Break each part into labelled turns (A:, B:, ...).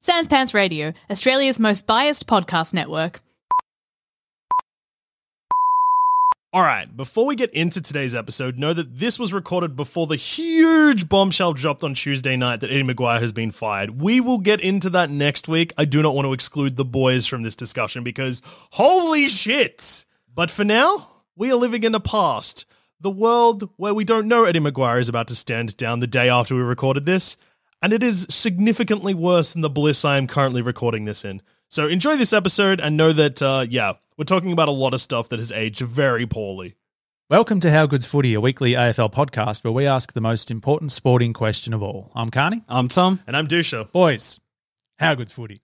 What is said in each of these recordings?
A: Sans Pants Radio, Australia's most biased podcast network.
B: All right, before we get into today's episode, know that this was recorded before the huge bombshell dropped on Tuesday night that Eddie McGuire has been fired. We will get into that next week. I do not want to exclude the boys from this discussion because holy shit! But for now, we are living in the past, the world where we don't know Eddie McGuire is about to stand down the day after we recorded this, and it is significantly worse than the bliss I am currently recording this in. So enjoy this episode and know that, uh, yeah, we're talking about a lot of stuff that has aged very poorly.
C: Welcome to How Good's Footy, a weekly AFL podcast where we ask the most important sporting question of all. I'm Carney.
D: I'm Tom.
B: And I'm Dusha.
C: Boys, how good's footy?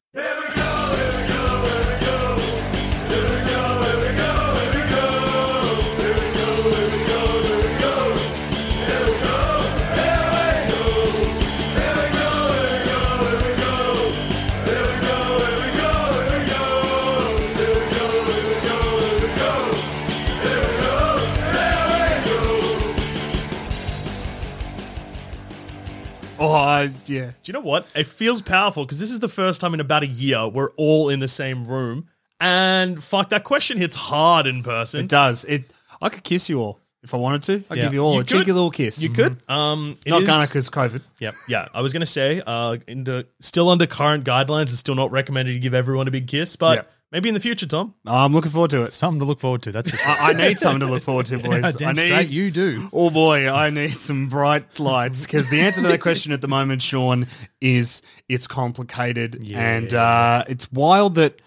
D: Oh, I, yeah.
B: Do you know what? It feels powerful because this is the first time in about a year we're all in the same room. And fuck, that question hits hard in person.
D: It does. It. I could kiss you all if I wanted to. I'd
C: Yeah.
D: give you all
B: You
D: a
B: could.
D: cheeky little kiss.
B: You could. Um, it
D: Mm-hmm. Not
B: is-
D: gonna because COVID.
B: Yep. Yeah. I was gonna say, uh, into, still under current guidelines, it's still not recommended to give everyone a big kiss, but
D: Yep.
B: maybe in the future, Tom.
D: I'm looking forward to it.
C: Something to look forward to, that's for sure.
D: I, I need something to look forward to, boys.
C: Yeah,
D: I
C: damn
D: need
C: straight you do.
D: Oh boy, I need some bright lights because the answer to that question at the moment, Sean, is it's complicated and uh, it's wild that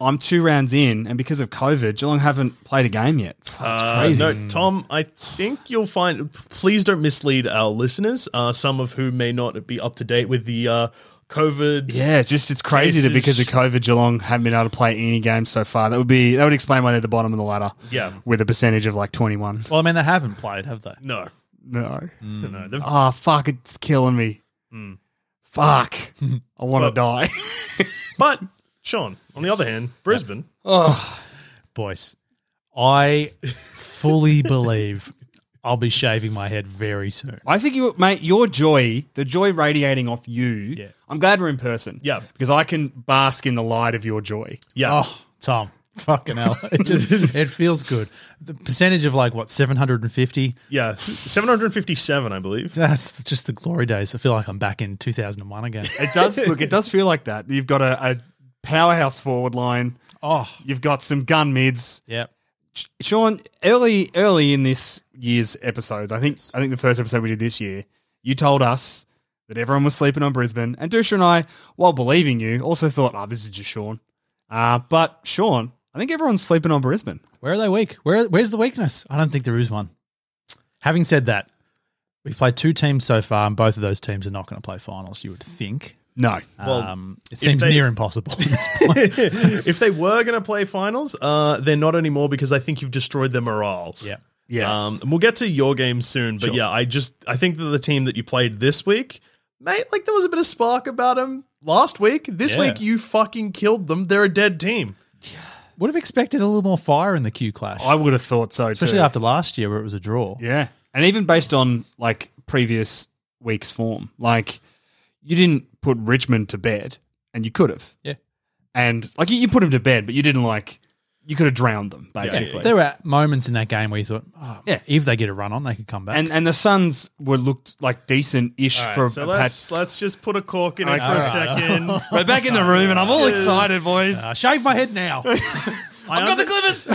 D: I'm two rounds in, and because of COVID, Geelong haven't played a game yet.
C: Oh,
D: That's
B: Uh, No, Tom. I think you'll find. Please don't mislead our listeners. Uh, some of who may not be up to date with the uh, COVID.
D: Yeah, it's just it's crazy that
B: Cases.
D: because of COVID, Geelong haven't been able to play any games so far. That would be that would explain why they're the bottom of the ladder.
B: Yeah.
D: with a percentage of like twenty one.
C: Well, I mean, they haven't played, have they?
B: No.
D: No,
C: Mm.
B: No. they've-
D: oh fuck, it's killing me. Fuck, I want to die.
B: But Sean, on the other hand, Brisbane.
C: Boys, I fully believe I'll be shaving my head very soon.
D: I think you, mate, your joy, the joy radiating off you.
C: Yeah.
D: I'm glad we're in person.
B: Yeah.
D: because I can bask in the light of your joy.
B: Yeah.
C: Oh, Tom. Fucking hell. It just it feels good. The percentage of like what, seven hundred and fifty?
B: Yeah. Seven hundred fifty-seven, I believe.
C: That's just the glory days. I feel like I'm back in two thousand and one again.
D: It does look. It does feel like that. You've got a, a powerhouse forward line.
C: Oh.
D: You've got some gun mids.
C: Yep.
D: Sean, early early in this year's episodes, I think I think the first episode we did this year, you told us that everyone was sleeping on Brisbane, and Dusha and I, while believing you, also thought, "Oh, this is just Sean." Uh, but Sean, I think everyone's sleeping on Brisbane.
C: Where are they weak? Where where's the weakness? I don't think there is one. Having said that, we've played two teams so far, and both of those teams are not going to play finals. You would think.
D: No,
B: Well,
C: um, it
B: if
C: seems
B: they-
C: near impossible. at this point.
B: if they were going to play finals, uh, they're not anymore because I think you've destroyed their morale.
C: yeah,
D: yeah,
B: Um, and we'll get to your game soon, but
C: Sure.
B: yeah, I just I think that the team that you played this week, mate, like there was a bit of spark about them last week. This
C: Yeah.
B: week you fucking killed them. They're a dead team.
C: would have expected a little more fire in the Q clash,
D: I would have thought so,
C: especially
D: too.
C: after last year where it was a draw.
D: Yeah. And even based on like previous week's form, like you didn't put Richmond to bed and you could have.
C: Yeah.
D: And like you, you put him to bed, but you didn't like you could have drowned them basically.
C: There were moments in that game where you thought, oh,
D: Yeah.
C: if they get a run on, they could come back.
D: And and the Suns were looked like decent ish
B: All right,
D: for
B: so
D: a
B: let's let's just put a cork in it for a
C: Alright.
B: second.
D: We're back in the room and I'm all
B: Yes.
D: excited, boys.
C: Uh, shave my head now.
B: I
D: got the
B: Clippers.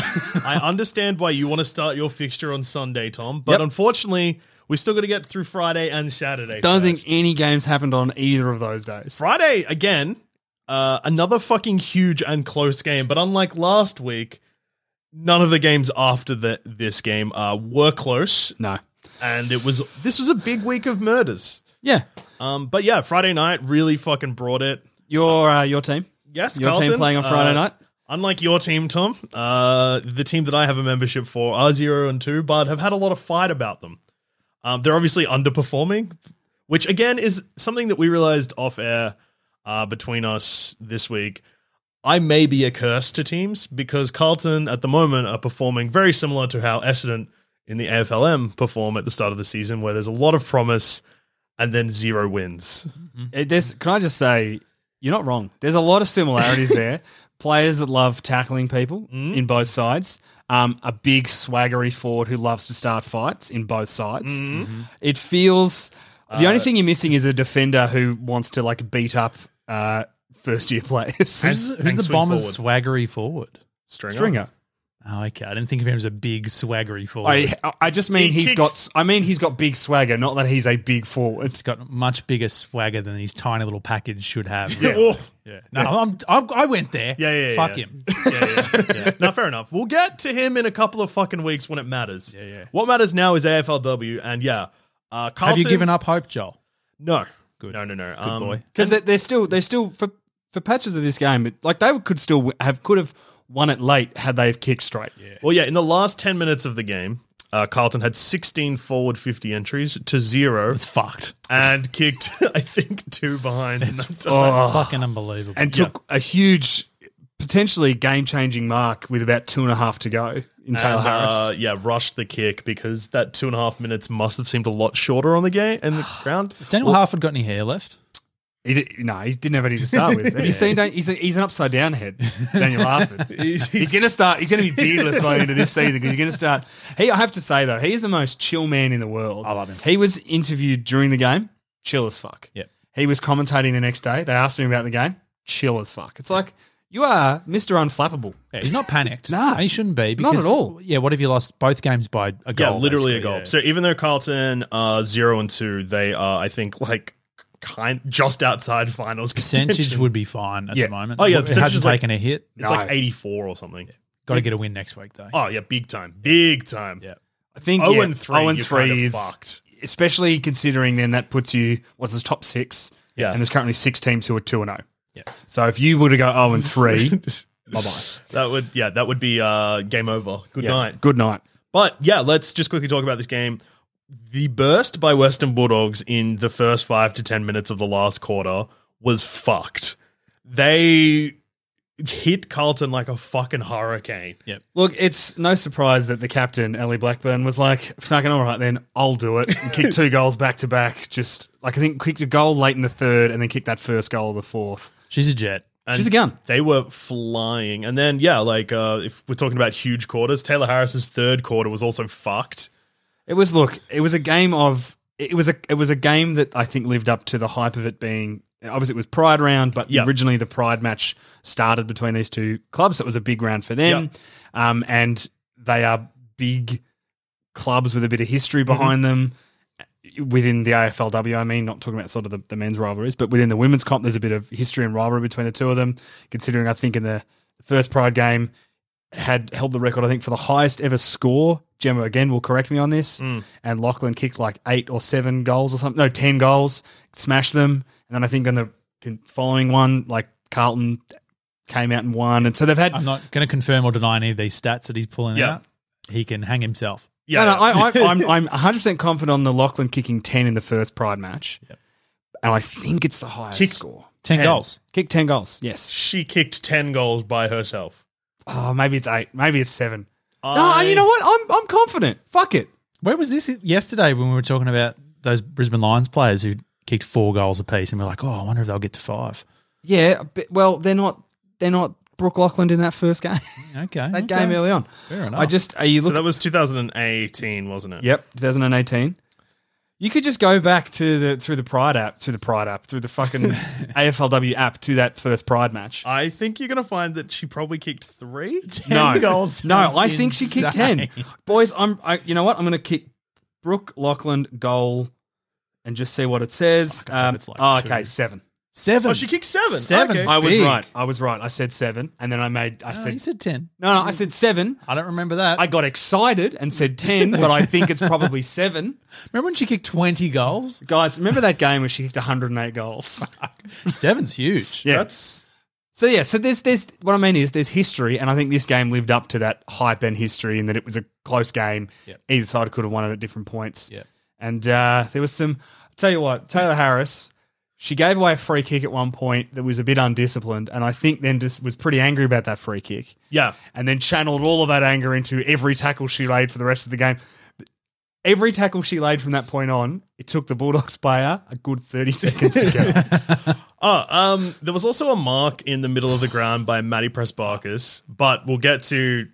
B: I understand why you want to start your fixture on Sunday, Tom, but
D: Yep.
B: unfortunately, we still got to get through Friday and Saturday.
D: Don't
B: first.
D: think any games happened on either of those days.
B: Friday again. Uh, another fucking huge and close game, but unlike last week, none of the games after the, this game uh, were close,
D: No.
B: and it was this was a big week of murders.
D: Yeah.
B: Um, but yeah, Friday night really fucking brought it.
D: Your uh, your team.
B: Yes,
D: Your team
B: Carlton,
D: playing on Friday
B: uh,
D: night?
B: Unlike your team, Tom, uh, the team that I have a membership for are zero and two, but have had a lot of fight about them. Um, they're obviously underperforming, which again is something that we realized off air uh, between us this week. I may be a curse to teams because Carlton at the moment are performing very similar to how Essendon in the AFLM perform at the start of the season, where there's a lot of promise and then zero wins.
D: Uh, There's, can I just say, you're not wrong. There's a lot of similarities there. Players that love tackling people in both sides. Um, a big swaggery forward who loves to start fights in both sides. It feels the only thing you're missing is a defender who wants to like beat up uh, first year players.
C: who's
B: Hank
C: who's the
B: swing
C: Bombers' swaggery forward?
B: Stringer.
D: Stringer.
C: Oh, okay. I didn't think of him as a big swaggery forward.
D: I I just mean
B: He
D: he has
B: kicks-
D: got I mean he's got big swagger, not that he's a big forward.
C: He's got much bigger swagger than his tiny little package should have.
B: Yeah.
D: Oh.
C: Yeah. No, I'm, I'm, I went there.
B: Yeah, yeah, yeah,
C: Fuck
B: yeah.
C: him.
B: yeah, yeah, yeah. No, fair enough. We'll get to him in a couple of fucking weeks when it matters. Yeah, yeah. What matters now is AFLW, and yeah, uh, Carlton.
C: Have you given up hope, Joel?
B: No, good. No, no, no. Good um,
C: boy.
D: because they're, they're still they're still for for patches of this game. it- Like they could still w- have could have won it late had they have kicked straight. Yeah,
B: Well, yeah. In the last ten minutes of the game, uh, Carlton had sixteen forward fifty entries to zero
C: It's fucked.
B: and kicked, I think, two behinds in that time.
C: Fucking unbelievable.
D: and took a huge, potentially game changing mark with about two and a half to go in Taylor
B: And,
D: Harris.
B: uh, yeah, rushed the kick because that two and a half minutes must have seemed a lot shorter on the game and the ground.
C: Has Daniel Harford got any hair left?
D: He di- no, he didn't have any to start with. Have you seen? Dan- He's a, he's an upside down head, Daniel Arthur. he's, gonna start. He's gonna be beardless by the end of this season because he's gonna start. He, I have to say though, he is the most chill man in the world. I love him. He was interviewed during the game, chill as fuck.
C: Yep.
D: He was commentating the next day. They asked him about the game, chill as fuck. It's like you are Mister Unflappable.
C: Yeah, he's not panicked.
D: Nah.
C: And he shouldn't be.
D: Not at
C: Because,
D: all.
C: Yeah, what if you lost both games by a goal?
B: yeah, literally a
C: basically?
B: goal.
C: Yeah.
B: So even though Carlton uh, zero and two, they are I think like kind just outside finals
C: percentage
B: contention.
C: would be fine at
D: Yeah.
C: the moment.
B: Oh, yeah,
C: it
B: percentage
C: hasn't
B: is like-
C: taken a hit.
B: It's like eighty four or something.
C: Got to get a win next week though.
B: Oh yeah, big time, big time.
C: Yeah.
D: I think
B: Oh,
D: yeah,
B: and three,
D: oh, and
B: you're
D: three
B: kinda
D: is
B: fucked.
D: especially considering then that puts you what's this top six.
B: Yeah.
D: and there's currently six teams who are two and zero.
C: Yeah.
D: So if you were to go zero and three, bye bye.
B: That would yeah, that would be uh, game over. Good
D: Yeah.
B: night.
D: Good night.
B: But yeah, let's just quickly talk about this game. The burst by Western Bulldogs in the first five to ten minutes of the last quarter was fucked. They hit Carlton like a fucking hurricane.
C: Yep.
D: Look, it's no surprise that the captain, Ellie Blackburn, was like, fucking all right then, I'll do it. And kicked two goals back to back. Just like I think kicked a goal late in the third and then kicked that first goal of the fourth.
C: She's a jet.
B: And
D: She's a gun.
B: They were flying. And then, yeah, like uh, if we're talking about huge quarters, Taylor Harris's third quarter was also fucked.
D: It was look, it was a game of it was a it was a game that I think lived up to the hype of it being obviously it was pride round, but
B: Yeah.
D: originally the pride match started between these two clubs. It was a big round for them. Um, and they are big clubs with a bit of history behind them. Within the AFLW, I mean, not talking about sort of the, the men's rivalries, but within the women's comp, there's a bit of history and rivalry between the two of them. Considering, I think in the first Pride game, had held the record, I think, for the highest ever score. Gemma again will correct me on this.
C: Mm.
D: And Lachlan kicked like eight or seven goals or something. No, ten goals, smashed them. And then I think on the following one, like Carlton came out and won. And so they've had.
C: I'm not going to confirm or deny any of these stats that he's pulling
B: Yeah.
C: out. He can hang himself.
B: Yeah.
D: no, no, I, I, I'm I'm 100 percent confident on the Lachlan kicking ten in the first Pride match, and I think it's the highest
B: Kicked
D: score.
C: Ten, goals.
D: Kick ten goals. Yes.
B: she kicked 10 goals by herself.
D: Oh, maybe it's eight. Maybe it's seven.
C: Uh,
B: I-
D: No, you know what? I'm I'm confident. Fuck it.
C: Where was this yesterday when we were talking about those Brisbane Lions players who kicked four goals apiece, and we are like, oh, I wonder if they'll get to five.
D: Yeah, but, well, they're not they're not Brooke Lachlan in that first game,
C: Okay.
D: that game early on.
C: Fair enough.
D: I just are you
B: So
D: looking?
B: that was 2018, wasn't it?
D: yep, 2018. You could just go back to the through the Pride app, through the Pride app, through the fucking AFLW app to that first Pride match.
B: I think you're going to find that she probably kicked three.
D: no,
C: goals
D: no,
C: sounds
D: I think she kicked ten.
C: insane.
D: Boys, I'm. I, you know what? I'm going to kick Brooke Lachlan goal, and just see what it says. um,
B: it's like
D: oh,
B: two.
D: okay, seven.
C: seven.
B: Oh, she kicked seven.
C: Seven.
B: Okay.
D: I was
C: big.
D: right. I was right. I said seven, and then I made. I
C: No,
D: said
C: Oh, you said ten.
D: no, no. I said seven.
C: I don't remember that.
D: I got excited and said ten, but I think it's probably seven.
C: remember when she kicked twenty goals.
D: Guys, remember that game where she kicked 108 goals?
C: Seven's huge.
D: Yeah.
B: That's
D: So yeah, so there's there's what I mean is there's history, and I think this game lived up to that hype and history, and that it was a close game.
C: Yep.
D: Either side could have won it at different points.
C: Yep.
D: And uh, there was some. I'll tell you what, Taylor Harris, she gave away a free kick at one point that was a bit undisciplined, and I think then just was pretty angry about that free kick,
B: yeah.
D: and then channeled all of that anger into every tackle she laid for the rest of the game. Every tackle she laid from that point on, it took the Bulldogs player a good thirty seconds to get.
B: Oh, um, there was also a mark in the middle of the ground by Matty Pressbarkis, but we'll get to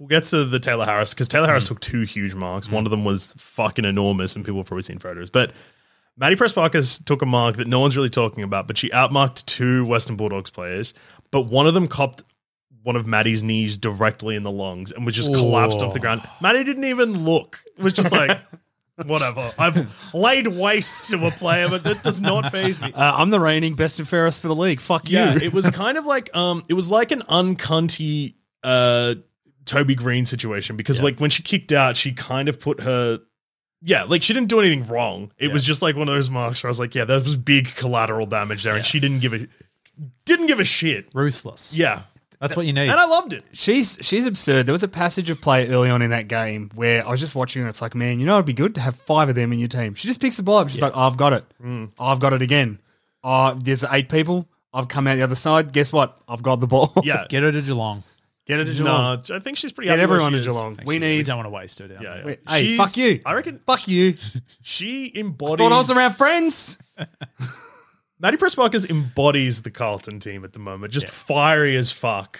B: we'll get to the Taylor Harris because Taylor Harris took two huge marks. One of them was fucking enormous, and people have probably seen photos. But Maddie Pressbarkis took a mark that no one's really talking about, but she outmarked two Western Bulldogs players, but one of them copped one of Maddie's knees directly in the lungs and was just collapsed off the ground. Maddie didn't even look. It was just like Whatever. I've laid waste to a player, but that does not phase me.
D: Uh, I'm the reigning best and fairest for the league. Fuck you.
B: Yeah, it was kind of like um, it was like an uncunty uh Toby Green situation because like when she kicked out, she kind of put her. Yeah, like she didn't do anything wrong. It was just like one of those marks where I was like, yeah, that was big collateral damage there, and she didn't give a didn't give a shit.
C: Ruthless.
B: Yeah,
C: That's what you need.
B: and I loved it.
D: She's she's absurd. There was a passage of play early on in that game where I was just watching and it's like, man, you know it'd be good to have five of them in your team. She just picks the ball up. She's like, I've got it. I've got it again. Uh, there's eight people. I've come out the other side. Guess what? I've got the ball.
B: Yeah,
C: Get her to Geelong.
B: get her to
D: Geelong.
B: I think she's pretty.
D: Get
B: happy where
D: everyone
B: she
D: to
B: is.
D: Geelong.
C: Actually,
D: we need.
C: don't want to waste her down.
B: Yeah, yeah.
C: there.
D: Hey,
B: She's-
D: fuck you.
B: I reckon.
D: Fuck you.
B: She embodies.
D: Thought I was around friends.
B: Matty Pressbarkers embodies the Carlton team at the moment, just fiery as fuck.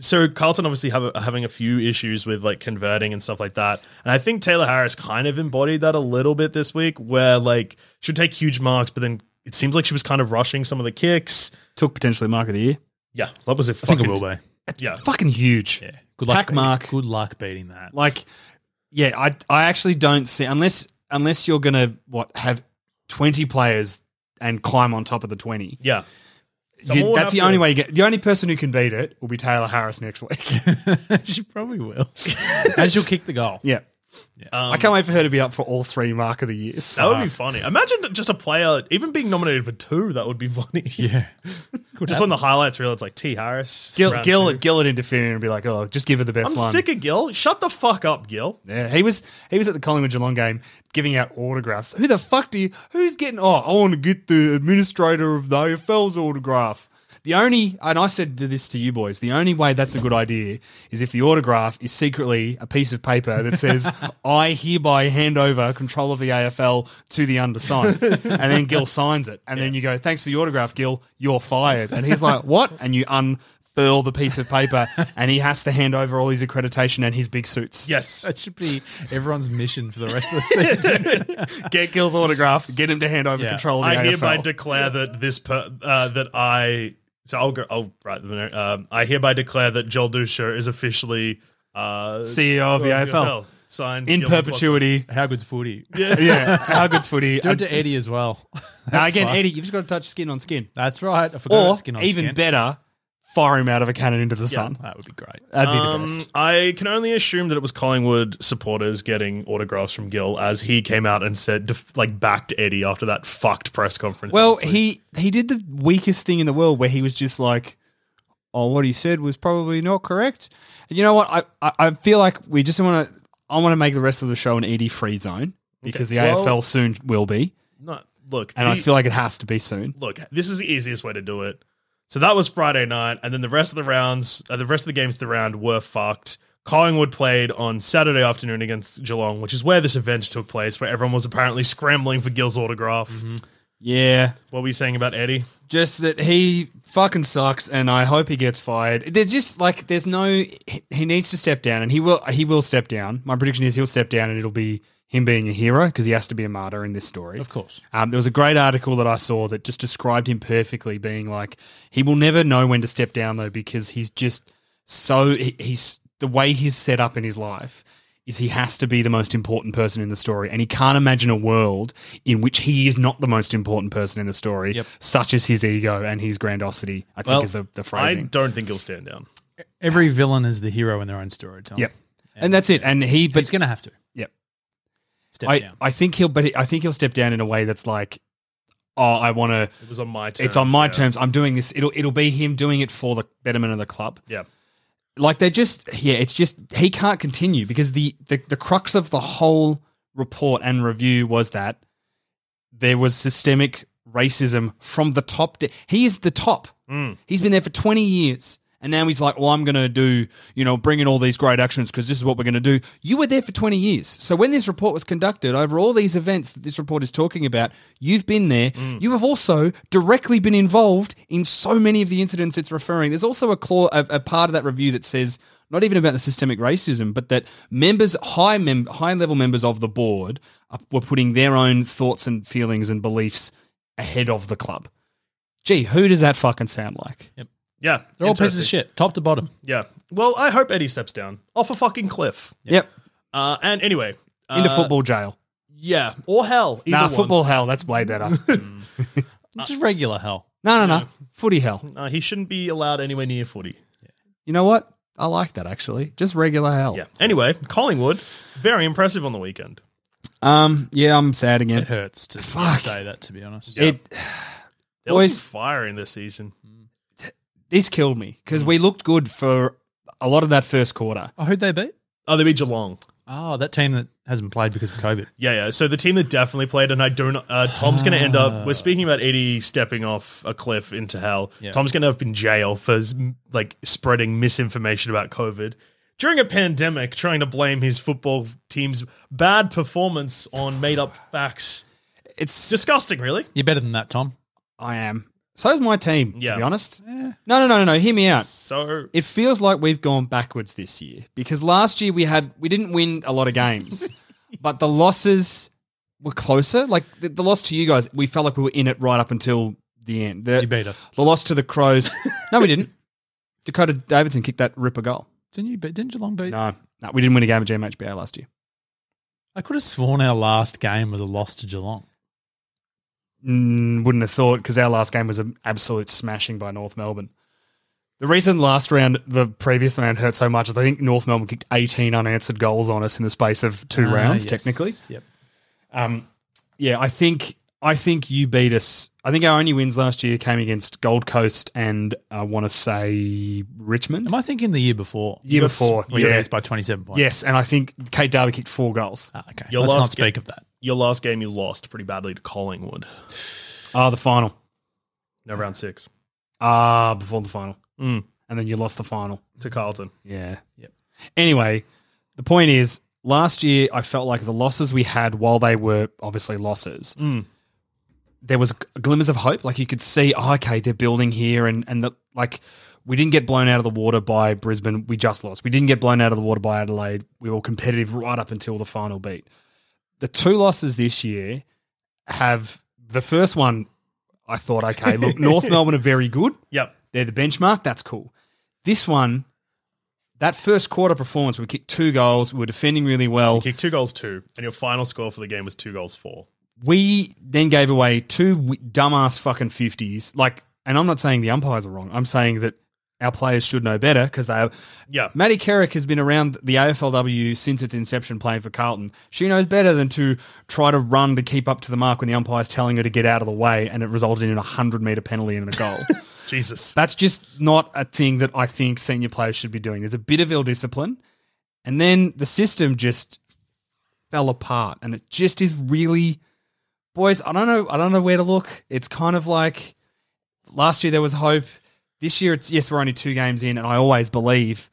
B: So Carlton obviously have are having a few issues with like converting and stuff like that, and I think Taylor Harris kind of embodied that a little bit this week, where like she would take huge marks, but then it seems like she was kind of rushing some of the kicks.
D: Took potentially mark of the year.
B: Yeah, that was a
C: I think
B: fucking
C: it will be.
B: yeah.
D: Fucking huge.
C: Yeah. Good luck.
D: Pack mark.
C: Good luck beating that.
D: Like, yeah, I I actually don't see unless unless you're gonna what have twenty players and climb on top of the twenty.
B: Yeah,
D: You-
B: Someone would
D: that's the
B: have to-
D: only way you get. The only person who can beat it will be Taylor Harris next week.
C: she probably will. and she'll kick the goal.
D: yeah, I can't wait for her to be up for all three mark of the years.
B: That would be funny. Imagine that just a player even being nominated for two. That would be funny.
C: Yeah.
B: just on the highlights reel, it's like T Harris.
D: Gill,
B: round
D: Gill,
B: two.
D: Gill would interfere and be like, "Oh, just give her the best
B: I'm
D: one."
B: sick of Gill. Shut the fuck up, Gill.
D: yeah, he was he was at the Collingwood Geelong game giving out autographs. Who the fuck do you? Who's getting? Oh, I want to get the administrator of the AFL's autograph. The only, and I said this to you boys, the only way that's a good idea is if the autograph is secretly a piece of paper that says, I hereby hand over control of the AFL to the undersigned. and then Gil signs it. And then you go, thanks for your autograph, Gil, you're fired. And he's like, what? And you unfurl the piece of paper and he has to hand over all his accreditation and his big suits.
B: Yes.
C: That should be everyone's mission for the rest of the season.
D: Get Gil's autograph, get him to hand over
C: Yeah.
D: control of the
B: I
D: AFL.
B: hereby declare that this per, uh, that I so I'll go. I'll write the note. Um, I hereby declare that Joel Dusher is officially uh,
D: CEO of
C: Oh,
D: the AFL.
B: Signed
D: In
B: Gilbert
D: perpetuity.
C: How good's footy?
D: Yeah, how good's footy?
C: Do it to Eddie as well.
D: Now, again,
C: fine.
D: Eddie, you've just got to touch skin on skin.
C: That's right. I forgot
D: Or
C: it's skin on
D: even
C: skin.
D: better, fire him out of a cannon into the sun.
C: That would be great.
D: That'd be
B: Blogger.
D: the
B: Um,
D: best.
B: I can only assume that it was Collingwood supporters getting autographs from Gill as he came out and said, def- like, backed Eddie after that fucked press conference.
D: Well,
B: last week.
D: he he did the weakest thing in the world where he was just like, "Oh, what he said was probably not correct." And you know what? I I, I feel like we just want to. I want to make the rest of the show an Eddie free zone because the
B: Well-
D: AFL soon will be,
B: no, look,
D: and I
B: he-
D: feel like it has to be soon.
B: look, this is the easiest way to do it. So that was Friday night, and then the rest of the rounds, uh, the rest of the games of the round were fucked. Collingwood played on Saturday afternoon
D: Mm-hmm.
B: against Geelong, which is where this event took place, where everyone was apparently scrambling for Gill's autograph.
D: Yeah,
B: What were you saying about Eddie?
D: just that he fucking sucks, and I hope he gets fired. There's just like there's no he- he needs to step down, and he will he will step down. My prediction is he'll step down, and it'll be him being a hero because he has to be a martyr in this story.
C: Of course.
D: Um, there was a great article that I saw that just described him perfectly, being like he will never know when to step down though because he's just so he, he's the way he's set up in his life is he has to be the most important person in the story and he can't imagine a world in which he is not the most important person in the story such as his ego and his grandiosity i think is the,
B: I
D: the phrasing
B: don't think he'll stand down.
C: Every villain is the hero in their own story. Tom.
D: yep and that's it and he
C: But
D: but
C: he's going to have to
D: yep
C: step
D: I,
C: down.
D: I think he'll but i think he'll step down in a way that's like oh i want to
B: It was on my terms.
D: it's on my
B: yeah.
D: terms. I'm doing this. It'll it'll be him doing it for the betterment of the club.
B: Yeah.
D: Like they're just yeah. It's just he can't continue because the the, the crux of the whole report and review was that there was systemic racism from the top. d he is the top. He's been there for 20 years. And now he's like, well, I'm going to do, you know, bring in all these great actions because this is what we're going to do. You were there for 20 years. So when this report was conducted over all these events that this report is talking about, you've been there. You have also directly been involved in so many of the incidents it's referring. There's also a, claw, a, a part of that review that says, not even about the systemic racism, but that members, high mem- high level members of the board, are, were putting their own thoughts and feelings and beliefs ahead of the club. Gee, who does that fucking sound like?
B: Yeah.
C: They're all pieces of
B: Interesting.
C: shit, top to bottom.
B: Yeah. Well, I hope Eddie steps down off a fucking cliff.
D: Yep.
B: Uh, and anyway, uh,
D: Into football jail.
B: Yeah. Or hell. Either
D: Nah,
B: one.
D: football hell. That's way better. no,
C: Just regular hell.
D: no, no. Footy hell.
B: Uh, he shouldn't be allowed anywhere near footy.
D: You know what? I like that actually. Just regular hell.
B: Yeah. Anyway, Collingwood, very impressive on the weekend.
D: Um. Yeah, I'm sad again.
C: It hurts to
D: Fuck.
C: say that, to be honest.
B: Yeah.
D: It
B: There was
D: Boys-
B: fire in this season.
D: this killed me because we looked good for a lot of that first quarter.
C: Oh, who'd they beat?
B: Oh, they beat Geelong.
C: Oh, that team that hasn't played because of COVID.
B: Yeah, yeah. So the team that definitely played, and I do not. Uh, Tom's going to end up. We're speaking about Eddie stepping off a cliff into hell.
C: Yeah.
B: Tom's going to end up in jail for like spreading misinformation about COVID during a pandemic, trying to blame his football team's bad performance on made up facts.
D: It's
B: Disgusting, really.
C: You're better than that, Tom.
D: I am. So is my team.
B: Yeah.
D: To be honest.
C: Eh.
D: No, no, no, no, no. Hear me out.
B: So
D: It feels like we've gone backwards this year because last year we had we didn't win a lot of games, but the losses were closer. Like the, the loss to you guys, we felt like we were in it right up until the end. The,
C: You beat us.
D: The loss to the Crows. no, we didn't. Dakota Davidson kicked that ripper goal.
C: Didn't you? Beat, didn't Geelong beat?
D: No, no, we didn't win a game at GMHBA last year.
C: I could have sworn our last game was a loss to Geelong.
D: Mm, wouldn't have thought because our last game was an absolute smashing by North Melbourne. The reason last round, the previous round, hurt so much is I think North Melbourne kicked 18 unanswered goals on us in the space of two
C: Ah,
D: rounds,
C: yes.
D: technically.
C: Yep.
D: Um, yeah, I think I think you beat us. I think our only wins last year came against Gold Coast and I want to say Richmond.
C: Am I thinking the year before?
D: Year
C: You got-
D: before,
C: We got
D: yeah.
C: against by 27 points.
D: yes, and I think Kate Darby kicked four goals.
C: Ah, okay.
B: Your
C: Let's
B: last
C: not speak
B: ga-
C: of that.
B: your last game, you lost pretty badly to Collingwood.
D: Ah, the final.
B: No, round six
D: Ah, before the final,
B: Mm.
D: and then you lost the final.
B: to Carlton.
D: Yeah. Yep. Anyway, the point is, last year I felt like the losses we had, while they were obviously losses, there was glimmers of hope. Like you could see, oh, okay, they're building here, and and the like. We didn't get blown out of the water by Brisbane. We just lost. We didn't get blown out of the water by Adelaide. We were competitive right up until the final beat. The two losses this year have the first one. I thought, okay, look, North Melbourne are very good.
B: Yep.
D: They're the benchmark. That's cool. This one, that first quarter performance, we kicked two goals. We were defending really well.
B: Kicked two goals, two, and your final score for the game was two goals, four.
D: We then gave away two w- dumbass fucking 50s. Like, and I'm not saying the umpires are wrong. I'm saying that our players should know better because they are.
B: Yeah.
D: Maddie Carrick has been around the AFLW since its inception playing for Carlton. She knows better than to try to run to keep up to the mark when the umpire's telling her to get out of the way and it resulted in a 100 metre penalty and a goal.
B: Jesus.
D: That's just not a thing that I think senior players should be doing. There's a bit of ill discipline. And then the system just fell apart. And it just is really boys, I don't know, I don't know where to look. It's kind of like last year there was hope. This year it's yes, we're only two games in, and I always believe,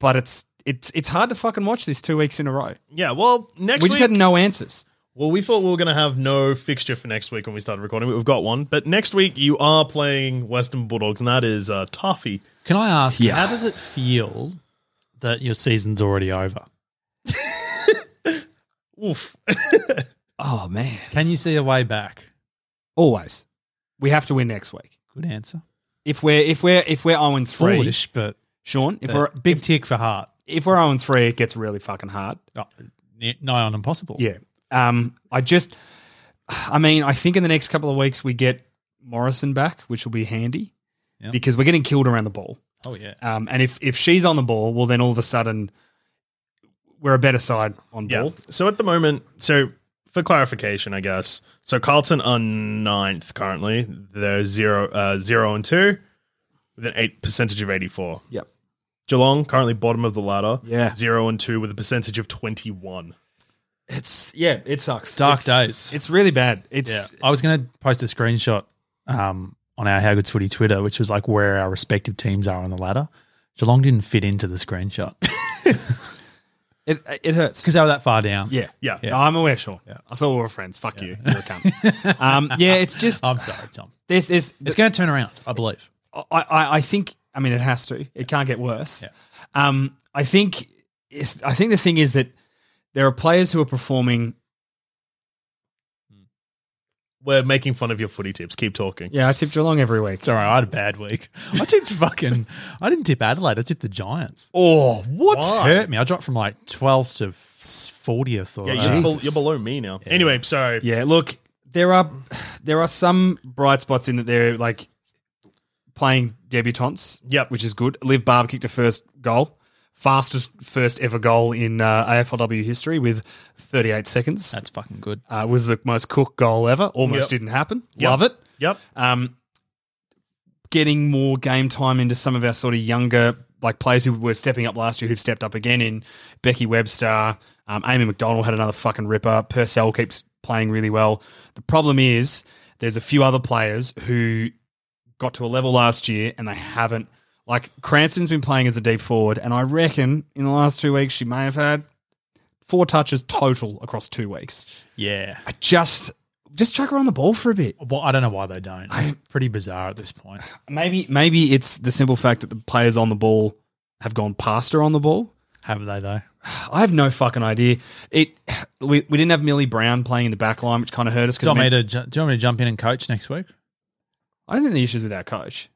D: but it's it's it's hard to fucking watch this two weeks in a row.
B: Yeah. Well, next
D: we
B: week
D: just had no answers.
B: Well, we thought we were going to have no fixture for next week when we started recording, but we've got one. But next week you are playing Western Bulldogs, and that is uh, Toffee.
C: Can I ask, how does it feel that your season's already over?
B: Oof.
D: Oh man,
C: Can you see a way back?
D: always. We have to win next week.
C: Good answer.
D: If we're if we're if we're zero and three,
C: Foolish, but
D: Sean. If
C: if
D: we're
C: big
D: if,
C: tick for heart.
D: if we're zero and three, it gets really fucking hard.
C: Oh, n- nigh on impossible.
D: Yeah. Um. I just. I mean, I think in the next couple of weeks we get Morrison back, which will be handy
C: Yeah.
D: because we're getting killed around the ball.
C: Oh yeah.
D: Um, and if if she's on the ball, well, then all of a sudden we're a better side on
B: Yeah.
D: ball.
B: So at the moment, so for clarification, I guess. So Carlton are ninth currently. They're zero, uh, zero and two, with an eight percentage of eighty-four.
D: Yep.
B: Geelong currently bottom of the ladder.
D: Yeah.
B: Zero and two with a percentage of twenty-one.
D: It's yeah, it sucks.
C: Dark
D: It's-
C: days.
D: It's really bad. It's
C: Yeah. I was going to post a screenshot um, on our How Good's Footy Twitter, which was like where our respective teams are on the ladder. Geelong didn't fit into the screenshot
D: it it hurts.
C: because they were that far down.
D: Yeah,
B: Yeah.
D: No, I'm aware, Sean.
C: Yeah.
D: I thought we were friends. Fuck you. You're a cunt. um, yeah, it's just
C: I'm sorry, Tom.
D: there's there's.
C: It's going to turn around, I believe.
D: I, I I think I mean it has to. It can't get worse. Um, I think if, I think the thing is that there are players who are performing.
B: We're making fun of your footy tips. Keep talking.
D: Yeah, I tip Geelong every week.
C: It's all right. I had a bad week. I tipped fucking. I didn't tip Adelaide. I tipped the Giants.
D: Oh, what?
B: Why?
C: Hurt me. I dropped from like 12th to 40th or
B: Yeah, you're,
C: uh,
B: bel you're below me now. Anyway, sorry.
D: Yeah, look, there are there are some bright spots in that they're like playing debutantes.
B: Yep.
D: which is good. Liv Barb kicked a first goal, fastest first ever goal in uh, AFLW history with 38 seconds.
C: That's fucking good.
D: Uh, was the most cooked goal ever. Almost
B: Yep.
D: didn't happen.
B: Yep.
D: Love it.
B: Yep.
D: Um, getting more game time into some of our sort of younger like players who were stepping up last year, who've stepped up again in Becky Webster, um, Amy McDonald had another fucking ripper. Purcell keeps playing really well. The problem is there's a few other players who got to a level last year and they haven't. Like Cranston's been playing as a deep forward, and I reckon in the last two weeks she may have had four touches total across two weeks.
C: Yeah.
D: I just just chuck her on the ball for a bit.
C: Well, I don't know why they don't. It's pretty bizarre at this point.
D: Maybe maybe it's the simple fact that the players on the ball have gone past her on the ball.
C: Have they though?
D: I have no fucking idea. It we, we didn't have Millie Brown playing in the back line, which kind of hurt us.
C: Do you, want me
D: I, mean,
C: to, ju- do you want me to jump in and coach next week?
D: I don't think the issues with our coach.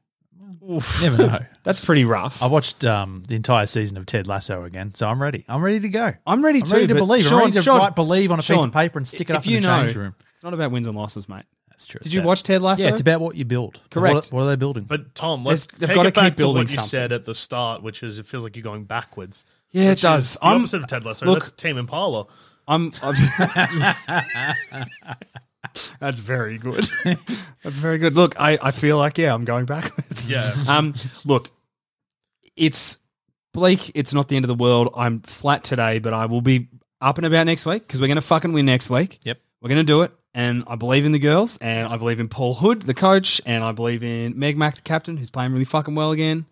C: Never know.
D: That's pretty rough.
C: I watched um, the entire season of Ted Lasso again, so I'm ready. I'm ready to go.
D: I'm ready
C: I'm
D: too,
C: ready to
D: but
C: believe.
D: Sean-
C: I'm ready to
D: Sean-
C: write believe on a piece
D: Sean,
C: of paper and stick it
D: if
C: up in
D: you
C: the
D: know-
C: change room.
D: it's not about wins and losses, mate.
C: That's true.
D: Did you watch Ted Lasso?
C: Yeah, it's about what you build.
D: Correct.
C: What, what are they building?
B: But Tom, let's
D: They've- they've
B: take
D: gotta
B: it back
D: keep
B: to what
D: building
B: you
D: something.
B: said at the start, which is it feels like you're going backwards.
D: Yeah, it
B: which is
D: does.
B: The
D: I'm-
B: opposite of Ted Lasso.
D: look-
B: That's Team Impala.
D: I'm. I'm That's very good. That's very good. Look, I, I feel like yeah, I'm going backwards.
B: Yeah.
D: Um. Look, it's bleak. It's not the end of the world. I'm flat today, but I will be up and about next week because we're gonna fucking win next week.
C: Yep.
D: We're gonna do it, and I believe in the girls, and I believe in Paul Hood, the coach, and I believe in Meg Mac, the captain, who's playing really fucking well again.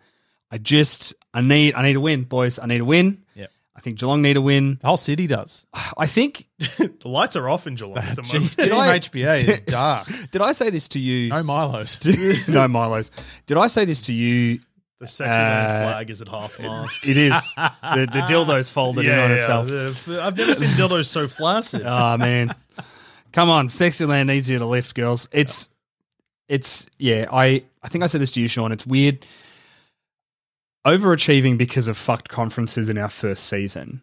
D: I just I need I need a win, boys. I need a win.
C: Yep.
D: I think Geelong need a win.
C: the whole city does.
D: I think
B: The lights are off in Geelong at the moment.
C: Team
D: I-
C: HBA is dark.
D: Did I say this to you?
C: No Milos.
D: no, Milo's. Did I say this to you?
B: The sexy man
D: Uh,
B: flag is at half mast.
D: It is the, the dildo's folded in on itself.
B: The- I've never seen dildos so flaccid.
D: Oh man, come on, Sexyland needs you to lift, girls. It's, it's yeah. I I think I said this to you, Sean. It's weird overachieving because of fucked conferences in our first season.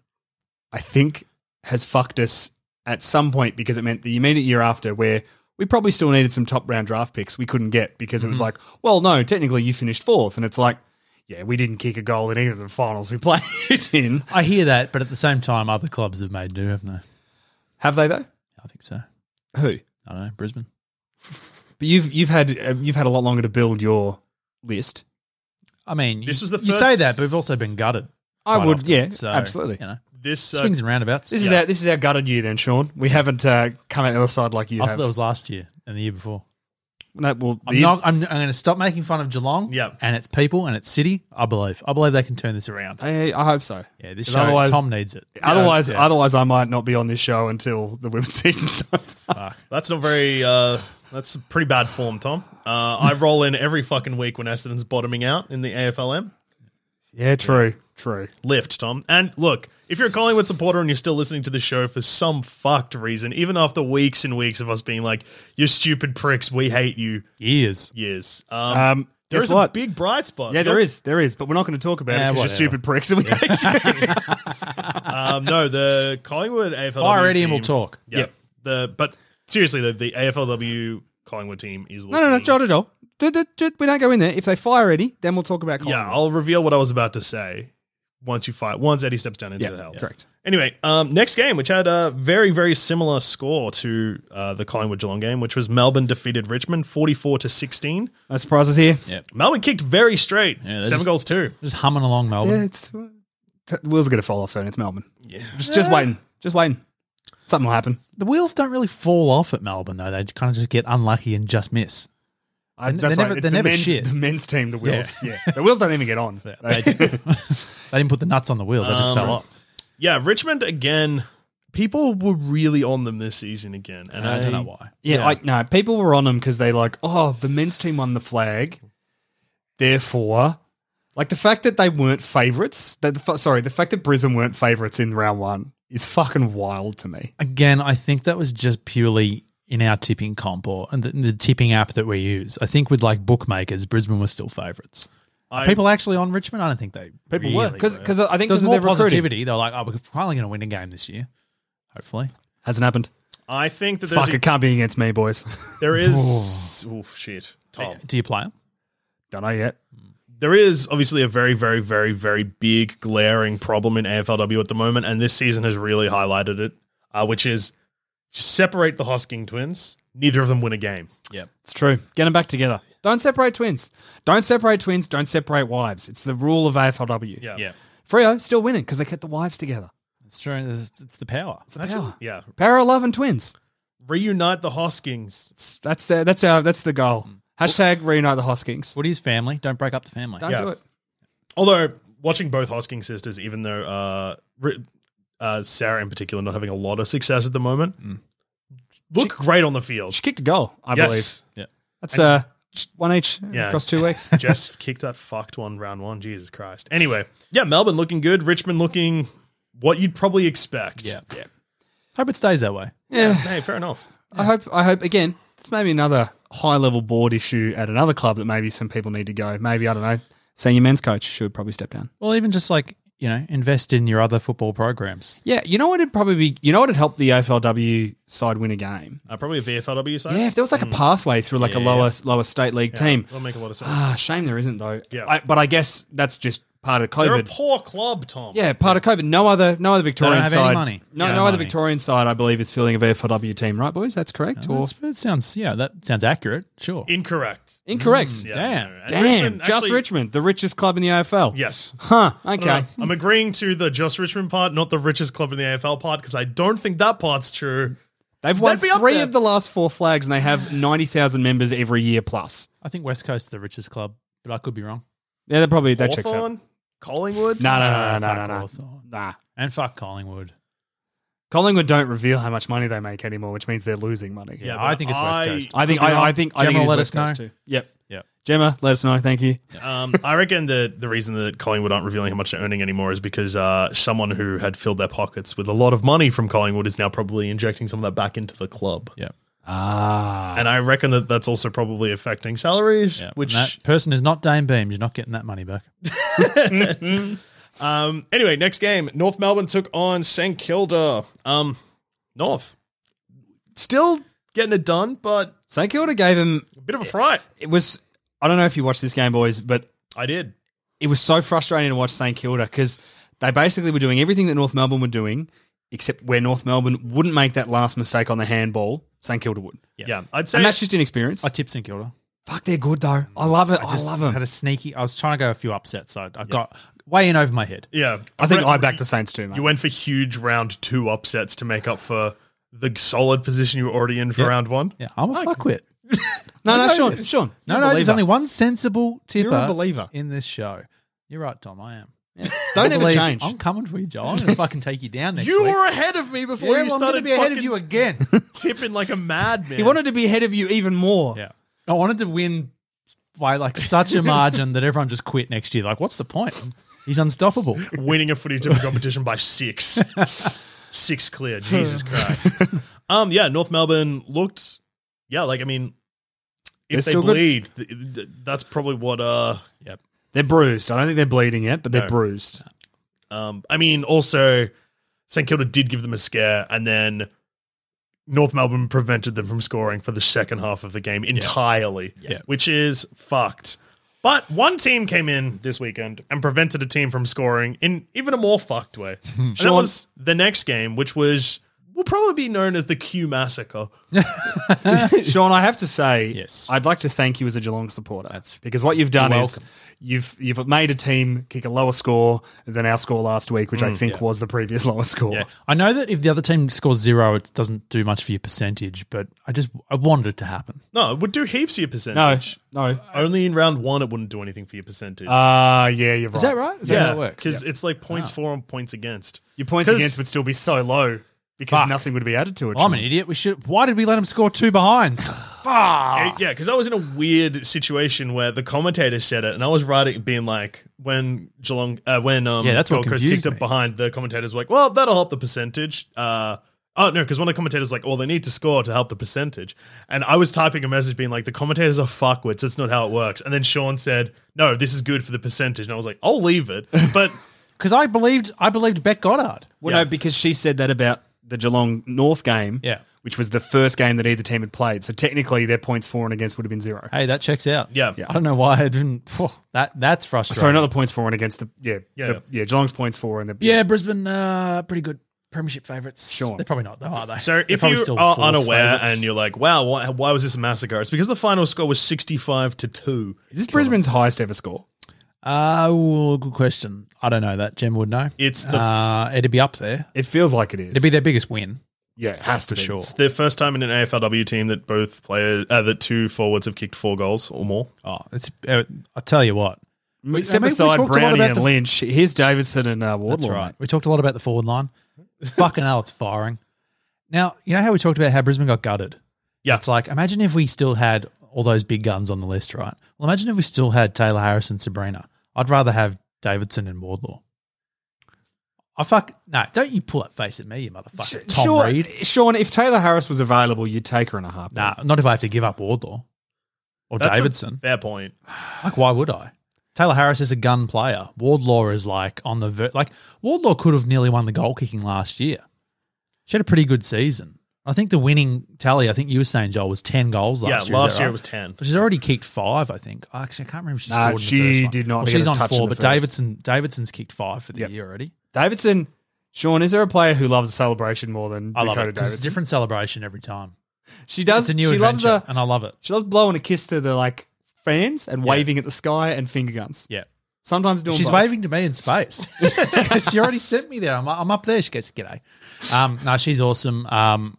D: I think has fucked us at some point because it meant the immediate year after where. We probably still needed some top round draft picks we couldn't get because it was like, well, no, technically you finished fourth. And it's like, yeah, we didn't kick a goal in either of the finals we played in.
C: I hear that, but at the same time, other clubs have made do, haven't they?
D: Have they though?
C: I think so.
D: Who?
C: I don't know. Brisbane.
D: But you've you've had uh, you've had a lot longer to build your list.
C: I mean,
B: This
C: you,
B: was the
C: you say
B: first-
C: that, but we've also been gutted.
D: I
C: quite
D: would,
C: often.
D: yeah, absolutely.
C: You know,
B: This uh,
C: swings and roundabouts.
D: This is our this is our gutted year then, Sean. We haven't uh, come out the other side like you
C: I
D: have.
C: thought that was last year and the year before.
D: No, well,
C: I'm
D: the-
C: not. I'm, I'm going to stop making fun of Geelong.
B: Yep.
C: and its people and its city. I believe. I believe they can turn this around.
D: I, I hope so.
C: Yeah, this
D: 'Cause
C: show.
D: otherwise-
C: Tom needs it.
D: Otherwise,
C: So, yeah.
D: otherwise, I might not be on this show until the women's season's over.
B: That's not very. Uh, that's pretty bad form, Tom. Uh, I roll in every fucking week when Essendon's bottoming out in the AFLM.
D: yeah, true, true.
B: Lift, Tom. And look, if you're a Collingwood supporter and you're still listening to the show for some fucked reason, even after weeks and weeks of us being like, "You stupid pricks, we hate you,"
C: years.
B: years. Um,
D: Um,
B: there
D: guess
B: is a
D: what?
B: big bright spot.
D: Yeah, there
B: You're-
D: is, there is, but we're not going to talk about
C: Yeah,
D: it because you're
C: whatever.
D: stupid pricks. And we hate you.
B: Um, no, the Collingwood AFLW.
C: Fire Eddie
B: team,
C: and we'll talk.
B: Yeah,
D: Yep.
B: The but seriously, the, the AFLW Collingwood team is
D: no, no, no,
B: looking-
D: not at all. Du- du- du- We don't go in there. If they fire Eddie, then we'll talk about.
B: Yeah,
D: Collingwood.
B: I'll reveal what I was about to say once you fight. Once Eddie steps down into
D: Yeah,
B: the hell.
D: correct.
B: Anyway, um, next game, which had a very, very similar score to uh, the Collingwood Geelong game, which was Melbourne defeated Richmond 44 to 16.
D: no surprises here.
B: Melbourne kicked very straight.
C: Yeah, they
B: Seven
C: just-
B: goals, too.
C: Just humming along, Melbourne.
D: Yeah, it's uh, t- wheels are going to fall off soon. It's Melbourne. Yeah, just just waiting, just waiting. Something will happen.
C: The wheels don't really fall off at Melbourne though. They kind of just get unlucky and just miss.
D: I,
C: They're never-
D: It's
C: they're
D: the
C: never
D: men's,
C: shit.
D: The men's team, the wheels. Yeah, the wheels don't even get on. They-
C: They didn't put the nuts on the wheels. They just
D: Um,
C: fell off.
B: Yeah, Richmond again. People were really on them this season again. And I,
C: I don't know why.
D: Yeah, like no, people were on them because they like, oh, the men's team won the flag, therefore, like the fact that they weren't favourites. That the, fa- sorry, the fact that Brisbane weren't favourites in round one is fucking wild to me.
C: Again, I think that was just purely in our tipping comp or and the, the tipping app that we use. I think with like bookmakers, Brisbane was still favourites. Are
B: I-
C: people actually on Richmond? I don't think they
D: People
C: really
D: were because because I think
C: There was
D: there's
C: more
D: more positivity
C: positivity. They're like, oh, we're finally going to win a game this year. Hopefully,
D: hasn't happened.
B: I think that there's
D: Fuck, it can't be against me, boys.
B: a, there is. Oh, shit. Tom.
C: do you play them?
D: Don't know yet.
B: there is obviously a very, very, very, very big glaring problem in AFLW at the moment, and this season has really highlighted it, uh, which is just separate the Hosking twins. Neither of them win a game.
D: It's true. Get them back together. Don't separate twins. Don't separate twins. Don't separate wives. It's the rule of AFLW.
B: Yeah.
D: Freo still winning because they kept the wives together.
C: It's true. It's, it's the power.
D: It's the power.
B: Yeah.
D: Power of love and twins.
B: Reunite the Hoskings.
D: It's- That's the that's our that's the goal. Hashtag reunite the Hoskings.
C: What is family? Don't break up the family.
D: Don't
B: Yeah.
D: do it.
B: Although, watching both Hosking sisters, even though uh, Ri- uh, Sarah in particular not having a lot of success at the moment, look great on the field.
D: Mm. She kicked a goal, I
B: yes.
D: believe. That's uh one each
B: Yeah.
D: across two weeks.
B: Jess kicked that fucked one round one. Jesus Christ. Anyway, yeah, Melbourne looking good. Richmond looking what you'd probably expect.
C: Yeah. Hope it stays that way.
B: Hey, fair enough.
D: I hope I hope again, it's maybe another high level board issue at another club that maybe some people need to go. Maybe, I don't know. Senior men's coach should probably step down.
C: Well, even just like you know, invest in your other football programs.
D: Yeah, you know what it'd probably be you know what would help the AFLW side win a game?
B: Uh, probably a VFLW
C: Oh,
B: side.
D: Yeah, if there was like
C: mm.
D: a pathway through like a lower lower state league team.
B: That'll make a lot of sense.
D: Ah, shame there isn't though.
B: Yeah.
D: I, but I guess that's just part of
B: They're a
D: COVID.
B: poor club, Tom.
D: Yeah, part of COVID. No other, no other Victorian
C: have any
D: side.
C: money.
D: No,
C: Yeah.
D: no other
C: Money.
D: Victorian side. I believe is fielding a VFLW team, right, boys? That's correct. or
C: That's- that sounds yeah, that sounds accurate. Sure.
B: Incorrect.
D: incorrect?
B: Yeah,
C: Mm, Damn.
B: no, no. And
D: Damn,
B: Richmond
D: just
B: actually-
D: Richmond, the richest club in the AFL.
B: Yes.
D: Huh.
B: I don't
D: Okay.
B: know. I'm agreeing to the just Richmond part, not the richest club in the AFL part, because I don't think that part's true.
D: They've won
B: They'd be up
D: three
B: there.
D: of the last four flags, and they have ninety thousand members every year plus.
C: I think West Coast are the richest club, but I could be wrong.
D: Yeah, that probably that checks out.
B: Hawthorn, Collingwood.
D: No,
C: Ah,
D: no, no, no,
C: fuck
D: no, no.
C: Hawthorn.
D: Nah.
C: And fuck Collingwood.
D: Collingwood don't reveal how much money they make anymore, which means they're losing money.
B: Yeah,
C: I
B: but
C: think it's West Coast.
D: I think
C: Could be wrong.
D: I, I think I think
C: Gemma
D: it is
C: let
D: West
C: us know.
D: Coast Too. Yep.
C: Yep.
D: Gemma, let us know. Thank you.
B: Um, I reckon the the reason that Collingwood aren't revealing how much they're earning anymore is because uh, someone who had filled their pockets with a lot of money from Collingwood is now probably injecting some of that back into the club,
C: Yeah.
D: Ah.
B: and I reckon that that's also probably affecting salaries,
C: Yeah.
B: which
C: Which that person is not Dame Beam. You're not getting that money back.
B: Um, anyway, next game, North Melbourne took on St Kilda. Um, North still getting it done, but
D: St Kilda gave him.
B: a bit of a fright.
D: It was. I don't know if you watched this game, boys, but
B: I did.
D: it was so frustrating to watch St Kilda because they basically were doing everything that North Melbourne were doing, except where North Melbourne wouldn't make that last mistake on the handball, St Kilda would.
B: Yeah, I'd say
D: And that's just inexperience.
C: I tipped St Kilda.
D: Fuck, they're good though. I love it. I,
C: Just
D: love them.
C: Had a sneaky. I was trying to go a few upsets. So I got way in over my head.
B: yeah.
D: I think
B: re-
D: I backed the Saints too, mate.
B: You went for huge round two upsets to make up for the solid position you were already in for round one.
C: Yeah, I'm a fuckwit.
D: No, no,
C: know
D: Sean,
C: this.
D: Sean.
C: No,
D: you're a
C: no, there's
D: believer.
C: only one sensible tipper
D: You're a believer.
C: in this show. You're right, Tom. I am.
D: Don't
C: I
D: ever
C: believe-
D: change.
C: I'm coming for you, Joel. I'm going to fucking take you down next
B: You
C: week.
B: were ahead of me before
C: Yeah,
B: you
C: well, I'm gonna
B: started
C: be ahead of
B: fucking
C: you again.
B: tipping like a madman.
D: He wanted to be ahead of you even more.
C: yeah. I wanted to win by like such a margin that everyone just quit next year. Like, what's the point? He's unstoppable.
B: winning a footy tipping competition by six. six clear. Jesus Christ. um, yeah, North Melbourne looked, yeah, like, I mean, if
D: They're
B: they
D: still good.
B: bleed, th- th- that's probably what, uh,
C: Yep.
D: They're bruised. I don't think they're bleeding yet, but they're
B: No.
D: bruised.
B: um, I mean, also, St Kilda did give them a scare and then North Melbourne prevented them from scoring for the second half of the game entirely,
C: Yeah.
B: which is fucked. But one team came in this weekend and prevented a team from scoring in even a more fucked way. and that
D: Sean-
B: was the next game, which was will probably be known as the Q massacre.
D: Sean, I have to say,
C: Yes.
D: I'd like to thank you as a Geelong supporter. That's because what you've done
B: You're
D: is
B: welcome.
D: you've you've made a team kick a lower score than our score last week, which I think was the previous lowest score.
B: Mm, Yeah.
C: I know that if the other team scores zero, it doesn't do much for your percentage, but I just I wanted it to happen.
B: No, it would do heaps of your
D: No,
B: percentage.
D: no.
B: Only in round one, it wouldn't do anything for your percentage.
D: Ah, yeah, you're right.
C: Is that right? Uh, Is that how it works? Ah.
B: Because it's like points for and points against.
D: Your points
B: 'Cause-
D: against would still be so low because
C: Fuck.
D: nothing would be added to it.
C: I'm
D: Sean.
C: an idiot. We should. Why did we let him score two behinds? Ah.
B: Uh, yeah, because I was in a weird situation where the commentator said it, and I was right at being like, when Geelong, uh, when um,
C: Yeah, that's what
B: Gold Coast
C: confused
B: kicked
C: me.
B: it behind, the commentators were like, well, that'll help the percentage. Uh, oh no, because one of the commentators was like, well, they need to score to help the percentage, and I was typing a message being like, the commentators are fuckwits. That's not how it works. And then Sean said, no, this is good for the percentage, and I was like, I'll leave it, but.
C: Because I believed I believed Bet Goddard.
D: Well, no, because she said that about the Geelong North game,
C: Yeah.
D: which was the first game that either team had played. So technically, their points for and against would have been zero.
C: Hey, that checks out.
B: Yeah. Yeah.
C: I don't know why I didn't. phew, that that's frustrating.
D: So another points for and against the yeah
B: Yeah,
D: the,
B: yeah.
D: yeah Geelong's points for and the
C: Yeah, Brisbane, uh, pretty good premiership favourites.
D: Sure.
C: they're probably not though, are they?
B: So
C: They're
B: if
C: probably
B: you are
C: false
B: unaware
C: favourites.
B: and you're like, wow, why, why was this a massacre? It's because the final score was 65 to 2.
D: Is this Brisbane's highest ever score?
C: uh, well, good question. I don't know that. Jim would know.
B: It's the
C: uh, it'd be up there.
D: It feels like it is.
C: It'd be their biggest win.
D: yeah, it has to be.
C: sure.
B: It's the first time in an AFLW team that both players, uh, that two forwards have kicked four goals or more.
C: Oh, it's. Uh, I tell you what.
D: We,
C: I mean,
D: Step
C: we
D: aside
C: talked a lot
D: Brownie
C: about
D: and
C: the-
D: Lynch. Here's Davidson and uh, Wardlaw.
C: That's right. We talked a lot about the forward line. Fucking hell, it's firing. Now you know how we talked about how Brisbane got gutted.
B: Yeah.
C: it's like imagine if we still had all those big guns on the list, right? Well, imagine if we still had Taylor Harris and Sabrina. I'd rather have Davidson and Wardlaw. I fuck no! Don't you pull that face at me, you motherfucker, Tom
D: Sean,
C: Reed.
D: Sean, if Taylor Harris was available, you'd take her in a heartbeat.
C: Nah, not if I have to give up Wardlaw or
B: That's a
C: Davidson.
B: fair point.
C: Like, why would I? Taylor Harris is a gun player. Wardlaw is like on the ver- like Wardlaw could have nearly won the goal kicking last year. She had a pretty good season. I think the winning tally, I think you were saying Joel was ten goals last
B: yeah,
C: year. is
B: last
C: that
B: year it
C: right?
B: was 10.
C: She's already kicked five, I think. I Actually, I can't remember if she
D: Nah,
C: scored. in the
D: she
C: first one.
D: did not
C: Well,
D: get
C: she's
D: a
C: on
D: touch in
C: four,
D: the
C: but
D: first.
C: Davidson Davidson's kicked five for the
D: Yep.
C: year already.
D: Davidson, Sean, is there a player who loves a celebration more than
C: I love
D: Dakota
C: it 'cause it's a
D: Davidson?
C: different celebration every time.
D: She does.
C: It's a new
D: she
C: adventure,
D: loves a,
C: and I love it.
D: She loves blowing a kiss to the like fans and waving at the sky and finger guns.
C: Yeah,
D: Sometimes doing
C: she's
D: both.
C: waving to me in space. 'Cause she already sent me there. I'm, I'm up there. She goes, "G'day." Um, no, she's awesome. Um,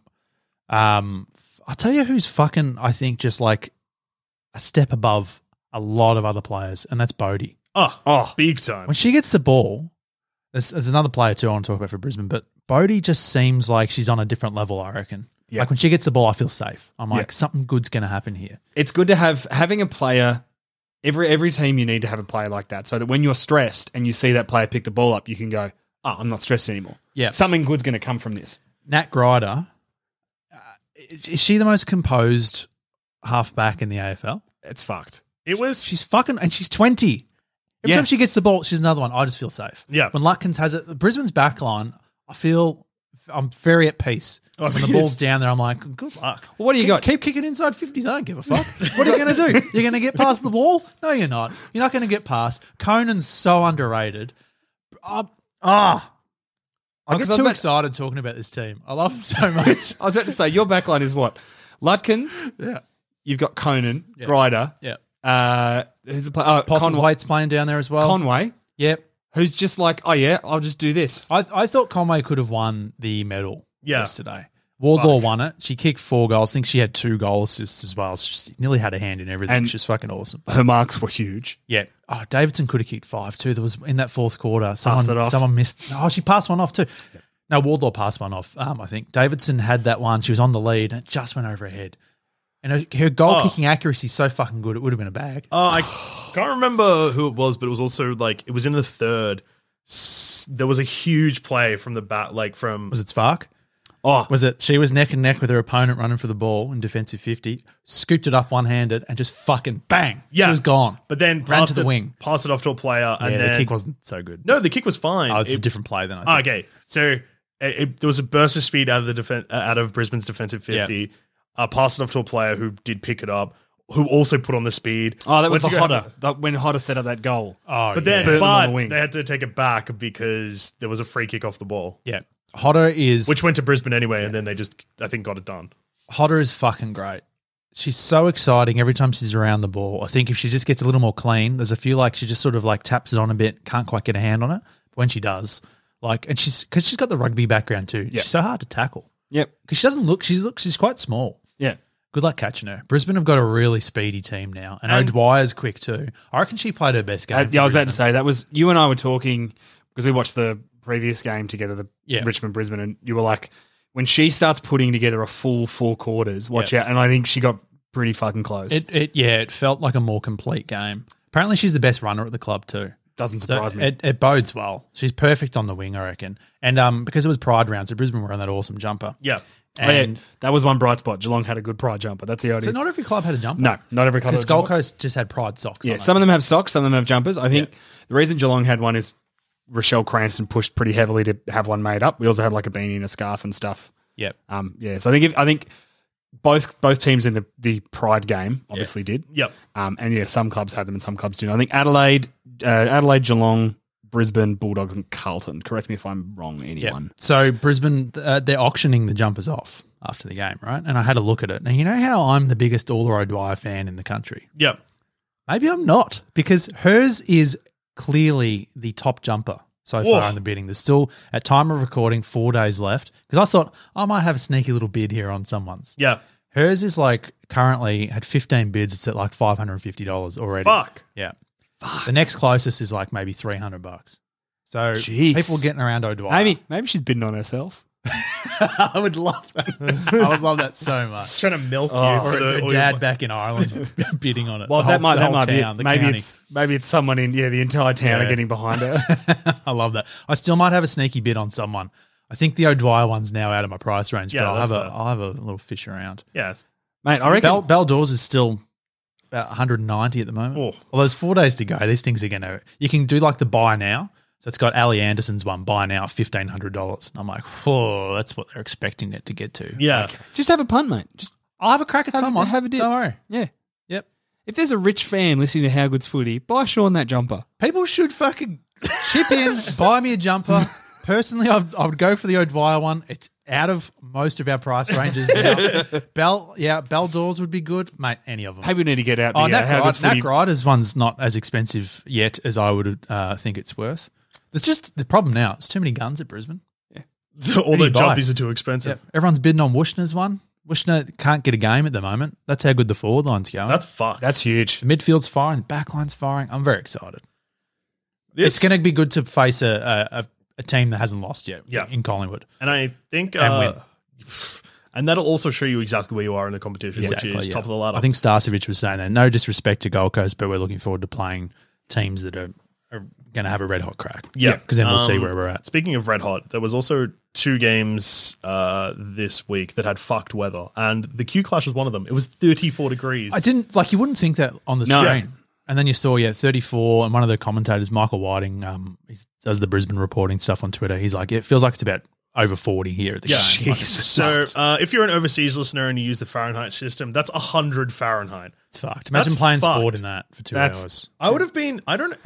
C: um, f- I'll tell you who's fucking. I think just like a step above a lot of other players, and that's Bodie.
B: Oh,
D: Oh.
B: big time.
C: When she gets the ball, there's, there's another player too I want to talk about for Brisbane, but Bodie just seems like she's on a different level. I reckon.
D: Yeah.
C: Like when she gets the ball, I feel safe. I'm like, something good's going to happen here.
D: It's good to have having a player. Every every team you need to have a player like that, so that when you're stressed and you see that player pick the ball up, you can go, "Oh, I'm not stressed anymore.
C: Yeah.
D: something good's going to come from this."
C: Nat Grider, uh, is is she the most composed halfback in the AFL?
D: It's fucked.
B: it was,
C: She's fucking, and she's 20. Every
D: Yeah.
C: time she gets the ball, she's another one. I just feel safe.
B: Yeah.
C: When Lutkins has it, Brisbane's back line, I feel I'm very at peace.
B: Oh,
C: when the
B: yes.
C: ball's down there, I'm like, good luck.
D: Well, what do you
C: keep,
D: got?
C: Keep kicking inside 50s. I don't give a fuck. what are you going to do? You're going to get past the wall? No, you're not. You're not going to get past. Conan's so underrated. Ah. ah. I
D: Oh,
C: get
D: 'cause I was
C: too
D: about-
C: excited talking about this team. I love them so much.
D: I was about to say your backline is what Lutkins.
C: yeah.
D: You've got Conan Grider.
C: Yeah.
D: Uh, who's the player? Oh,
C: Possible
D: Conway.
C: Waite's playing down there as well.
D: Conway,
C: Yep.
D: who's just like, "Oh yeah, I'll just do this."
C: I, I thought Conway could have won the medal
B: Yeah.
C: yesterday. Wardlaw won it. She kicked four goals. I think she had two goal assists as well. She nearly had a hand in everything.
D: And-
C: She's fucking awesome.
D: Her marks were huge.
C: Yeah. Oh, Davidson could have kicked five too. There was in that fourth quarter. Someone
D: it off.
C: someone missed. Oh, she passed one off too. No, Wardlaw passed one off. Um, I think Davidson had that one. She was on the lead and it just went over her head. And her, her goal
D: Oh.
C: kicking accuracy is so fucking good. It would have been a bag.
B: Oh, I can't remember who it was, but it was also like it was in the third. S- There was a huge play from the bat, like from
C: Was it Spark?
B: oh,
C: Was it she was neck and neck with her opponent running for the ball in defensive fifty, scooped it up one handed and just fucking bang.
B: yeah,
C: She was gone.
B: But then
C: ran
B: passed
C: to the
B: it-
C: wing.
B: passed it off to a player, and
C: yeah,
B: then
C: the kick wasn't so good.
B: no, the kick was fine.
C: Oh, it's a
B: It-
C: different play than I
B: Oh,
C: think.
B: okay, so it, it- there was a burst of speed out of the defense, uh, out of Brisbane's defensive fifty. Uh, passed it off to a player who did pick it up, who also put on the speed.
D: Oh, that was
B: Went
D: the
B: to go-
D: Hodder. That, when Hodder set up that goal.
C: Oh,
B: But then,
C: yeah.
D: Burn them on
B: but
D: the wing.
B: they had to take it back because there was a free kick off the ball,
C: yeah. Hodder is
B: which went to Brisbane anyway, and then they just, I think, got it done.
C: Hodder is fucking great. She's so exciting every time she's around the ball. I think if she just gets a little more clean, there's a few like she just sort of like taps it on a bit, can't quite get a hand on it. But when she does, like, and she's because she's got the rugby background too. She's so hard to tackle
D: Yep.
C: because she doesn't look. She looks. She's quite small.
D: Yeah.
C: Good luck catching her. Brisbane have got a really speedy team now, and, O'Dwyer's quick too. I reckon she played her best game.
D: Uh,
C: for
D: yeah, I was about to
C: Brisbane.
D: say that was you and I were talking because we watched the previous game together, the
C: Yeah.
D: Richmond Brisbane, and you were like, when she starts putting together a full four quarters, watch out. And I think she got pretty fucking close. It
C: It, it yeah, it felt like a more complete game. Apparently, she's the best runner at the club too.
D: doesn't
C: So
D: surprise me.
C: It, it bodes well. She's perfect on the wing, I reckon. And um, because it was Pride round, so Brisbane were on that awesome jumper.
B: Yeah.
D: Oh, yeah,
C: And
D: that was one bright spot. Geelong had a good pride jumper. That's the only.
C: so not every club had a jumper.
D: no, not every club.
C: Because
D: had a
C: Gold
D: jumper.
C: Coast just had Pride socks.
D: Yeah,
C: on
D: some of them have socks, some of them have jumpers. I think the reason Geelong had one is Rochelle Cranston pushed pretty heavily to have one made up. We also had like a beanie and a scarf and stuff.
C: Yep.
D: Um, yeah, so I think if, I think both both teams in the the Pride game obviously did.
B: Yep.
D: Um, and yeah, some clubs had them and some clubs didn't. I think Adelaide, uh, Adelaide, Geelong, Brisbane, Bulldogs, and Carlton. Correct me if I'm wrong.
C: Yeah.
D: Anyone?
C: So Brisbane, uh, they're auctioning the jumpers off after the game, right? And I had a look at it. And you know how I'm the biggest Aller O'Dwyer fan in the country?
B: Yep.
C: Maybe I'm not because hers is clearly the top jumper so
B: Whoa.
C: far in the bidding. There's still, at time of recording, four days left because I thought I might have a sneaky little bid here on someone's.
B: Yeah.
C: Hers is like currently had 15 bids. It's at like $550 already.
B: Fuck.
C: Yeah. The next closest is like maybe 300 bucks. So
D: Jeez.
C: people getting around O'Dwyer.
D: Maybe maybe she's bidding on herself.
C: I would love that. I would love that so much.
B: Trying to milk you
C: Or
D: Oh,
B: for the
C: her
B: all your
C: dad
B: mo-
C: back in Ireland bidding on it.
D: Well,
C: The
D: that
C: whole-
D: might
C: the
D: that
C: whole
D: might
C: town,
D: be
C: the
D: it. Maybe
C: county.
D: it's maybe it's someone in yeah the entire town
B: Yeah.
D: are getting behind her.
C: I love that. I still might have a sneaky bid on someone. I think the O'Dwyer one's now out of my price range,
B: Yeah,
C: but I'll have
B: that's
C: a
B: fair.
C: will have a little fish around.
B: Yeah.
D: Mate, I reckon
C: Bell, Baldors is still about 190 at the moment.
B: Oh.
C: Well, there's four days to go. These things are going to. You can do like the buy now. So it's got Ali Anderson's one buy now fifteen hundred dollars. I'm like, whoa, that's what they're expecting it to get to.
B: Yeah.
D: just have a punt, mate. Just
C: I'll have a crack at
D: Have a-
C: someone.
D: have a dip.
C: Don't worry.
D: yeah.
C: Yep.
D: If there's a rich fan listening to How Good's Footy, buy Sean that jumper.
C: People should fucking chip in, buy me a jumper. Personally, I've, I would go for the O'Dwyer one. It's out of most of our price ranges. now. Bell, yeah, Bell Doors would be good, mate. Any of them.
D: Hey, we need to get out.
C: oh,
D: the, uh,
C: Nat,
D: How Good's
C: Rid- Nat
D: Footy.
C: Riders one's not as expensive yet as I would uh, think it's worth. There's just the problem now. It's too many guns at Brisbane.
B: So all
C: Who do
B: the
C: you buy?
B: jumpies are too expensive.
C: Everyone's bidding on Wushner's one. Wushner can't get a game at the moment. That's how good the forward line's going.
B: That's fucked.
D: That's huge.
C: the midfield's firing, the back line's firing. I'm very excited.
B: This-
C: It's going to be good to face a, a, a, a team that hasn't lost yet
B: Yeah.
C: in Collingwood.
B: And I think.
C: And
B: uh,
C: win.
B: And that'll also show you exactly where you are in the competition, which is
C: yeah.
B: top of the ladder.
C: I think Starcevic was saying that. No disrespect to Gold Coast, but we're looking forward to playing teams that are, are going to have a red hot crack.
B: Yeah,
C: Because then we'll see
B: Um,
C: where we're at.
B: Speaking of red hot, there was also two games uh, this week that had fucked weather, and the Q Clash was one of them. It was 34 degrees.
C: I didn't, like, you wouldn't think that on the
D: No.
C: screen. And then you saw, yeah, 34. And one of the commentators, Michael Whiting, um, he does the Brisbane reporting stuff on Twitter. He's like, it feels like it's about over 40 here at the
B: Yeah.
C: game. Like, it's
B: So, uh, if you're an overseas listener and you use the Fahrenheit system, that's 100 Fahrenheit.
C: it's fucked. Imagine
B: that's
C: playing sport
B: fucked.
C: in that for two
D: That's-
C: hours.
B: I would have been. I don't.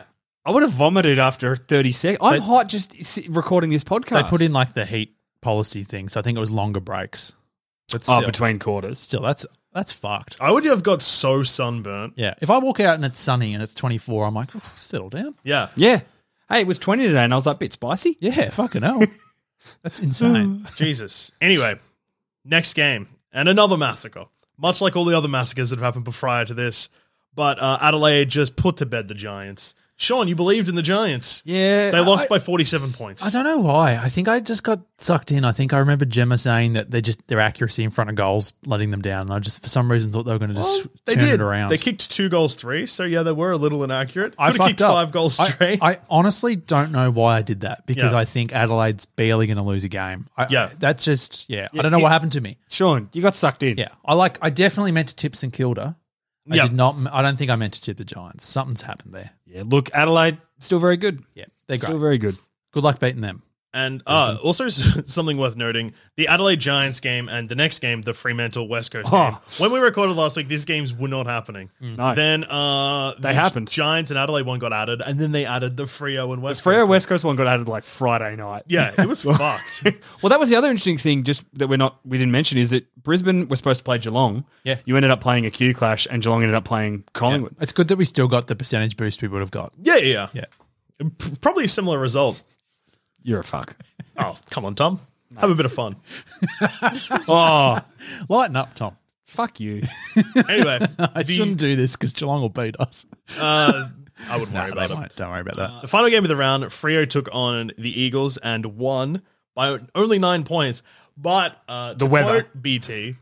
D: I would have vomited after 30 seconds. I'm hot just si- recording this
C: They
D: podcast.
C: put in like the heat policy thing, so I think it was longer breaks. But still,
D: oh, between quarters.
C: still that's that's fucked.
B: I would have got so sunburnt.
C: Yeah, if I walk out and it's sunny and it's twenty four, I'm like, "Oh, settle down.
B: Yeah.
D: Yeah. Hey, it was 20 today, and I was like, bit spicy.
C: Yeah, fucking hell, that's insane.
B: Jesus. Anyway, Next game, and another massacre, much like all the other massacres that have happened prior to this. But uh, Adelaide just put to bed the Giants. Sean, you believed in the Giants.
D: Yeah,
B: They lost by
D: I-
B: 47 points.
C: I don't know why. I think I just got sucked in. I think I remember Gemma saying that they just their accuracy in front of goals letting them down. And I just for some reason thought they were going to just
B: Well, they
C: turn
B: did.
C: it around.
B: They kicked two goals, three. So yeah, they were a little inaccurate.
C: I
B: Could have
C: fucked
B: kicked
C: up.
B: five goals
C: I-
B: straight.
C: I, honestly don't know why I did that because
B: Yeah.
C: I think Adelaide's barely going to lose a game. I,
B: Yeah.
C: that's just yeah. I don't know
D: it-
C: what happened to me.
D: Sean, you got sucked in.
C: Yeah, I like. I definitely meant to tip St Kilda. I
B: Yeah.
C: did not. I don't think I meant to tip the Giants. Something's happened there.
D: Yeah, Look, Adelaide still very good.
C: Yeah, they're
D: still
C: great.
D: very good.
C: Good luck beating them.
B: and uh, also s- something worth noting: the Adelaide Giants game and the next game, the Fremantle West Coast
D: Oh.
B: game. When we recorded last week, these games were not happening.
C: Hmm.
D: No.
B: Then uh, the
D: happened.
B: Giants and Adelaide one got added, and then they added the Frio and West.
D: Freo
B: Coast
D: West Coast one got added like Friday night.
B: one. Yeah, it was fucked.
D: Well, that was the other interesting thing, just that we're not we didn't mention is that Brisbane was supposed to play Geelong.
C: Yeah.
D: you ended up playing a Q clash, and Geelong ended up playing Collingwood.
C: It's good that we still got the percentage boost we would have got.
B: Yeah, yeah,
C: Yeah.
B: P- Probably a similar result.
D: You're a fuck.
B: Oh, come on, Tom. Have a bit of fun.
D: oh,
C: Lighten up, Tom.
D: fuck you.
B: Anyway,
C: I
B: the-
C: shouldn't do this because Geelong will beat us.
B: uh, I wouldn't worry
C: Nah,
B: about
C: they
B: it.
C: won't. Don't worry about that.
B: The final game of the round, Frio took on the Eagles and won by only nine points. But uh, the
D: weather.
B: BT,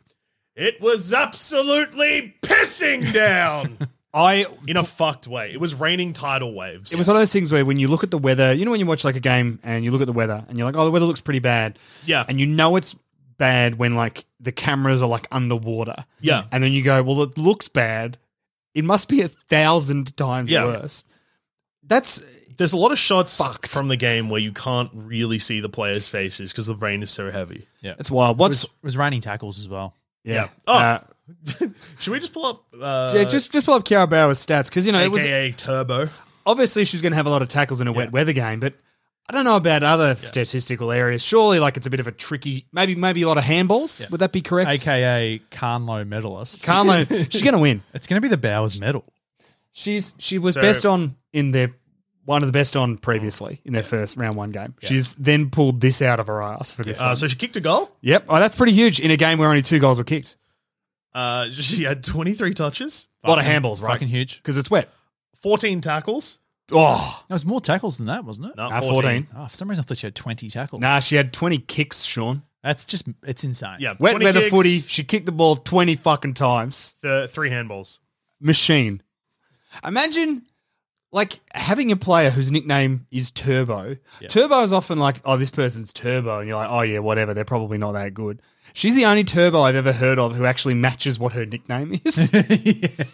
B: it was absolutely pissing down
D: I
B: in a fucked way. It was raining tidal waves.
D: It was one of those things where when you look at the weather, you know, when you watch like a game and you look at the weather and you're like, oh, the weather looks pretty bad.
B: Yeah.
D: And you know it's bad when like the cameras are like underwater.
B: Yeah.
D: And then you go, well, it looks bad. It must be a thousand times
B: Yeah.
D: worse. That's
B: There's a lot of shots
D: Fucked.
B: from the game where you can't really see the players' faces because the rain is so heavy.
D: that's wild. What's
C: It was raining tackles as well.
D: yeah.
B: Oh.
D: Uh,
B: Should we just pull up? Uh,
D: yeah, just just pull up Kiara Bauer's stats because you know it was
B: AKA Turbo.
D: obviously she's going to have a lot of tackles in a wet weather game, but I don't know about other statistical areas. Surely, like it's a bit of a tricky. Maybe maybe a lot of handballs. Would that be correct?
C: AKA Carnlow medalist.
D: Carlo, she's going to win.
C: it's going to be the Bowers medal.
D: She's she was
B: So-
D: best on in their one of the best on previously in their first round one game. She's then pulled this out of her ass for this
B: Uh,
D: one.
B: so she kicked a goal.
D: yep, oh, that's pretty huge in a game where only two goals were kicked.
B: Uh, she had 23 touches,
D: A lot of handballs, right?
C: Fucking huge.
D: because it's wet.
B: 14 tackles.
D: Oh,
C: There was more tackles than that, wasn't it?
B: No,
D: Nah,
B: 14.
D: 14.
C: Oh, for some reason, I thought she had 20 tackles.
D: nah, she had twenty kicks, Sean.
C: That's just, it's insane.
B: Yeah,
D: Wet
B: 20
D: weather
B: kicks,
D: footy. She kicked the ball twenty fucking times.
B: the three handballs.
D: Machine. Imagine. Like having a player whose nickname is Turbo. Turbo is often like, oh, this person's Turbo. And you're like, oh, yeah, whatever. They're probably not that good. She's the only Turbo I've ever heard of who actually matches what her nickname is.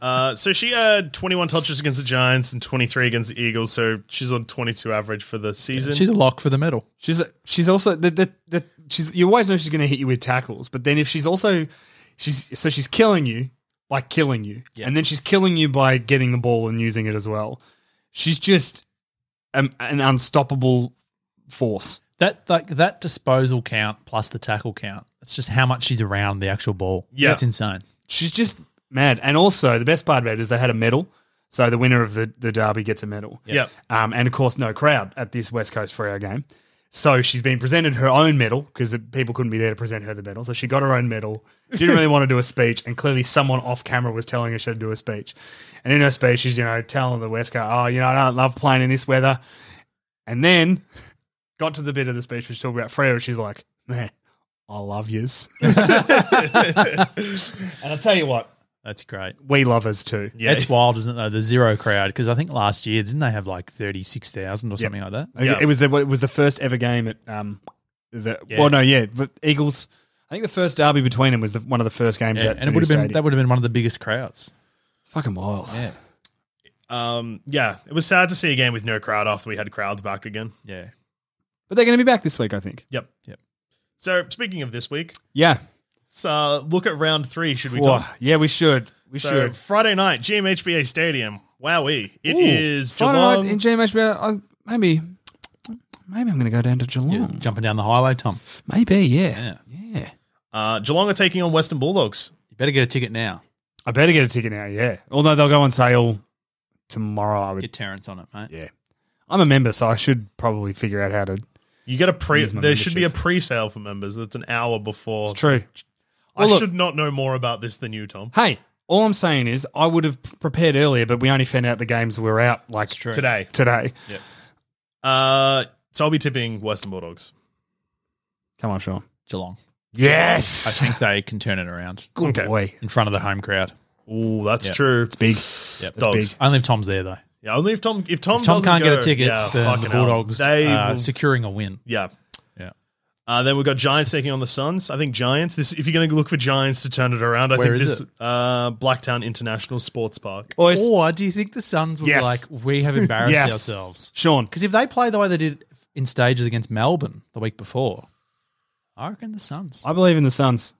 B: Uh, so she had 21 touches against the Giants and 23 against the Eagles. So she's on 22 average for the season.
C: She's a lock for the medal.
D: She's she's also the, the, the she's you always know she's going to hit you with tackles, but then if she's also she's so she's killing you by killing you, and then she's killing you by getting the ball and using it as well. She's just um, an unstoppable force.
C: That, like that disposal count plus the tackle count, it's just how much she's around the actual ball.
B: Yeah.
C: That's insane.
D: She's just mad, and also the best part about it is they had a medal, so the winner of the the derby gets a medal.
B: Yep.
D: Um, and of course, no crowd at this West Coast Freo game. So she's been presented her own medal because the people couldn't be there to present her the medal. So she got her own medal. She didn't really want to do a speech, and clearly someone off camera was telling her she had to do a speech. And in her speech, she's you know telling the West Coast, "Oh, you know, I don't love playing in this weather." And then got to the bit of the speech which talked about Freo. She's like, "Man, I love yous." and I tell you what,
C: That's great.
D: we love us too.
B: Yeah.
C: It's wild, isn't it? Though the zero crowd, because I think last year didn't they have like thirty six thousand or something like that?
D: I think
B: Yeah.
D: It was the it was the first ever game at um the
C: Yeah.
D: well no yeah but Eagles I think the first derby between them was the, one of the first games
C: Yeah,
D: at
C: and it would have been that
D: that
C: would have been one of the biggest crowds.
D: fucking wild yeah
B: Um, yeah, it was sad to see a game with no crowd after we had crowds back again.
C: Yeah,
D: but they're going to be back this week I think
B: Yep.
C: Yep.
B: So speaking of this week,
D: yeah
B: let's uh, look at round three. Should we
D: Whoa.
B: talk?
D: yeah we should we
B: So
D: should
B: Friday night, GMHBA Stadium. Wowee. It
D: Ooh,
B: is
D: Friday
B: Geelong.
D: night in GMHB I, maybe maybe I'm going to go down to Geelong
C: jumping down the highway, Tom.
D: maybe Mm. yeah.
C: Yeah.
D: yeah
B: uh, Geelong are taking on Western Bulldogs.
C: You better get a ticket now.
D: I better get a ticket now yeah although they'll go on sale tomorrow I would
C: Get Terrence on it, mate.
D: yeah I'm a member so I should probably figure out how to
B: You get a pre.
D: Use my
B: There should be a
D: membership.
B: pre-sale for members. That's an hour before.
D: It's true.
B: I
D: Well, look-
B: should not know more about this than you, Tom.
D: Hey, all I'm saying is I would have prepared earlier, but we only found out the games were out like
B: Today.
D: Today.
B: Uh, so I'll be tipping Western Bulldogs.
D: Come on, Sean.
C: Geelong. I
D: Yes.
C: think they can turn it around
D: Good
B: Okay.
D: boy.
C: in front of the home crowd.
B: Ooh, that's
C: Yeah.
B: true.
D: It's big.
B: Yep.
D: It's
B: Dogs.
D: big.
C: Only if Tom's there though.
B: Yeah, only if Tom if Tom,
C: If Tom
B: doesn't
C: can't
B: go,
C: get a ticket,
B: yeah,
C: then the
B: fucking hell.
C: Bulldogs
B: They
C: uh,
D: Mm.
B: will-
C: securing a win.
B: yeah.
C: Yeah.
B: Uh, then we've got Giants taking on the Suns. I think Giants. This if you're going to look for Giants to turn it around, I
C: Where
B: think
C: is Oh,
B: this uh Blacktown International Sports Park.
D: Boys.
C: Or do you think the Suns will
D: Yes.
C: be like, we have embarrassed
D: Yes.
C: ourselves?
D: Sean.
C: Because if they play the way they did in stages against Melbourne the week before, I reckon the Suns. I,
D: I believe in the Suns.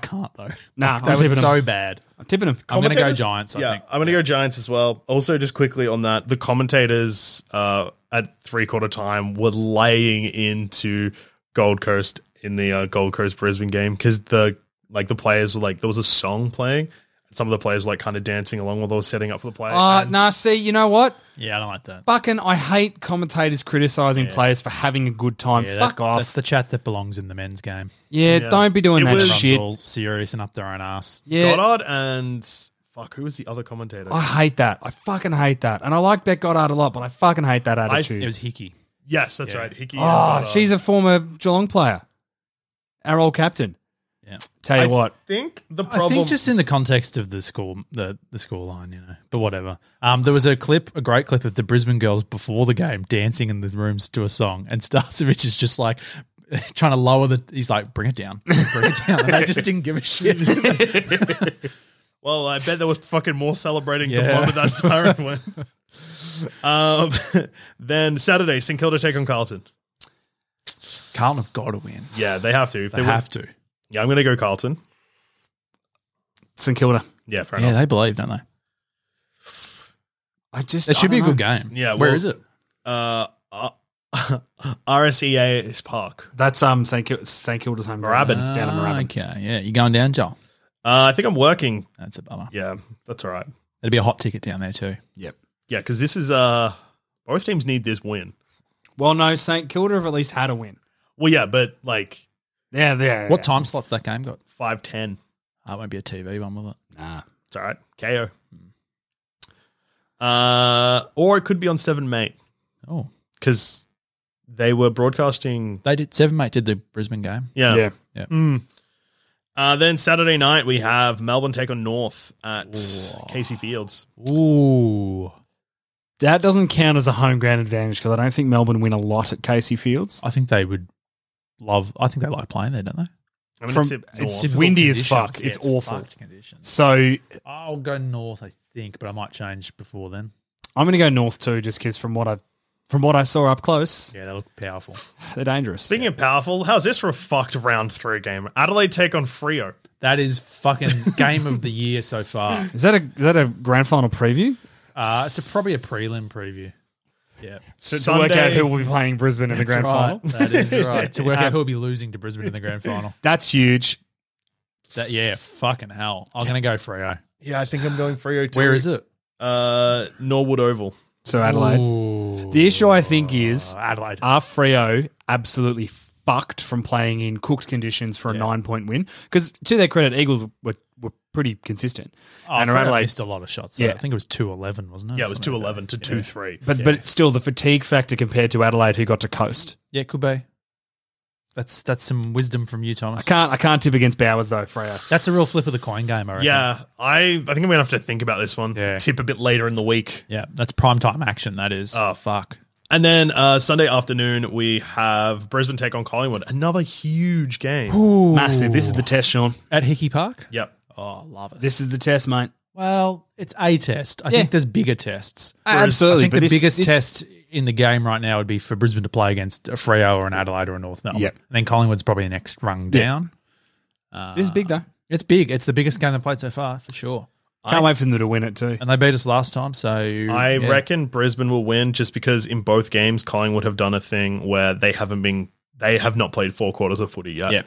C: can't though.
D: Nah,
C: Like, they
D: I'm
C: were
D: tipping
C: so
D: them.
C: bad.
D: I'm tipping them.
C: I'm gonna go
B: Commentators-
C: Giants. I
B: yeah,
C: think.
B: I'm going to go Giants as well. Also, just quickly on that, the commentators uh, at three quarter time were laying into Gold Coast in the uh, Gold Coast Brisbane game because the like the players were like there was a song playing. and Some of the players were like kind of dancing along while they were setting up for the play.
C: Ah,
D: Uh,
B: And-
D: nah, see, you know what?
C: Yeah, I don't like that.
D: Fucking, I hate commentators criticizing players for having a good time.
C: Yeah,
D: Fuck
C: that-
D: off.
C: That's the chat that belongs in the men's game.
D: yeah,
B: Yeah.
D: don't be doing
B: It
D: that
B: was-
D: shit.
C: All serious and up their own ass.
D: Yeah,
B: Goddard and fuck, who was the other commentator?
D: I hate that. I fucking hate that. And I like Beck Goddard a lot, but I fucking hate that attitude.
C: It was Hickey.
B: yes, that's right. Hickey. and uh,
D: oh,
C: Ah,
B: Goddard.
D: she's a former Geelong player, our old captain.
C: Yeah.
D: Tell you
B: I
D: what,
B: think the
C: I
B: problem.
C: think just in the context of the school, the the school line, you know, but whatever. Um, there was a clip, a great clip of the Brisbane girls before the game dancing in the rooms to a song, and Starcevich is just like trying to lower the. He's like, "Bring it down, bring it down." And they just didn't give a shit.
B: Well, I bet there was fucking more celebrating the
C: Yeah.
B: moment that siren went. um, then Saturday, St Kilda take on Carlton.
C: Carlton have got to win.
B: Yeah, they have to. If
C: They,
B: they, win-
C: have to.
B: Yeah, I'm going to go Carlton.
D: St Kilda.
B: Yeah, fair
C: Yeah,
B: enough.
C: they believe, don't they?
D: I just
C: It should
D: I
C: be a
D: don't
C: good
D: know.
C: game.
B: Yeah,
C: where
B: well-
C: is it?
B: Uh, uh, RSEA is Park.
D: That's um St Kilda, St Kilda's home. ground.
B: Moorabbin.
D: down in
C: Ah,
D: Moorabbin.
C: okay, yeah, you're going down, Joel.
B: Uh, I think I'm working.
C: That's a bummer.
B: Yeah, that's all right.
C: It'd be a hot ticket down there too.
D: Yep.
B: Yeah, because this is uh, both teams need this win.
D: Well, no, St Kilda have at least had a win.
B: Well, yeah, but like
D: Yeah, yeah.
C: What time slots that game got?
B: five ten.
C: Oh, it won't be a TV one, will it?
D: Nah.
B: It's all right. KO. Uh, or it could be on Seven Mate
C: Oh,
B: because they were broadcasting
C: they did. Seven Mate did the Brisbane game.
B: Yeah.
D: Yeah.
C: Yeah.
B: Mm. Uh, then Saturday night we have Melbourne take on North at Casey Fields.
C: Ooh.
D: That doesn't count as a home ground advantage because I don't think Melbourne win a lot at Casey Fields.
C: I think they would love. I think they like playing there, don't they?
B: I mean,
D: From-
B: it's,
D: it's
B: North.
D: difficult. windy as fuck. It's awful.
C: conditions.
D: So
C: I'll go north, I think, but I might change before then.
D: I'm going to go north too, just because from what I've from what I saw up close,
C: Yeah, they look powerful.
D: they're dangerous.
B: Speaking of powerful, how's this for a fucked round three game? Adelaide take on Frio.
C: That is fucking game of the year so far.
D: Is that a is that a grand final preview?
C: Uh, it's a, probably a prelim preview. Yeah,
D: To work out who will be playing Brisbane in the grand final.
C: That is right. To work
B: Um,
C: out who will be losing to Brisbane in the grand final.
D: That's huge.
C: That yeah, fucking hell. I'm gonna go Freo.
B: yeah, I think I'm going Frio. Too.
C: Where is it?
B: Uh, Norwood Oval.
D: So Adelaide.
C: Ooh. Uh,
D: The issue I think is
C: Adelaide.
D: are Frio absolutely fucked from playing in cooked conditions for a nine point win? Because to their credit, Eagles were, were pretty consistent.
C: Oh,
D: and
C: Freo
D: Adelaide
C: missed a lot of shots. Yeah,
D: Yeah.
C: I think it was two eleven, wasn't it?
B: Yeah, it was
C: Something
B: two
C: like that.
B: eleven to two three.
D: But but still the fatigue factor compared to Adelaide who got to coast.
C: Yeah, could be. That's that's some wisdom from you,
D: I
C: Thomas.
D: can't I can't tip against Bowers though, Freo.
C: That's a real flip of the coin game, I reckon.
B: yeah, I I think I'm gonna have to think about this one.
C: Yeah.
B: Tip a bit later in the week.
C: Yeah, that's prime time action, that is.
B: Oh.
C: fuck.
B: And then uh, Sunday afternoon we have Brisbane take on Collingwood. Another huge game.
D: Massive. This is the test, Sean.
C: At Hickey Park?
B: Yep.
C: Oh, love it.
D: This is the test, mate.
C: well, it's a test. I
D: Yeah.
C: think there's bigger tests.
D: Absolutely,
C: I think
D: but
C: the
D: this-
C: biggest
D: this-
C: test in the game right now would be for Brisbane to play against a Freo or an Adelaide or a North Melbourne.
D: Yep.
C: And then Collingwood's probably the next rung
D: Yeah.
C: down.
D: this is big though.
C: It's big. It's the biggest game they've played so far, for sure.
D: Can't wait for them to win it too.
C: And they beat us last time, so
B: I
C: yeah.
B: reckon Brisbane will win just because in both games Collingwood have done a thing where they haven't been they have not played four quarters of footy yet.
C: Yeah.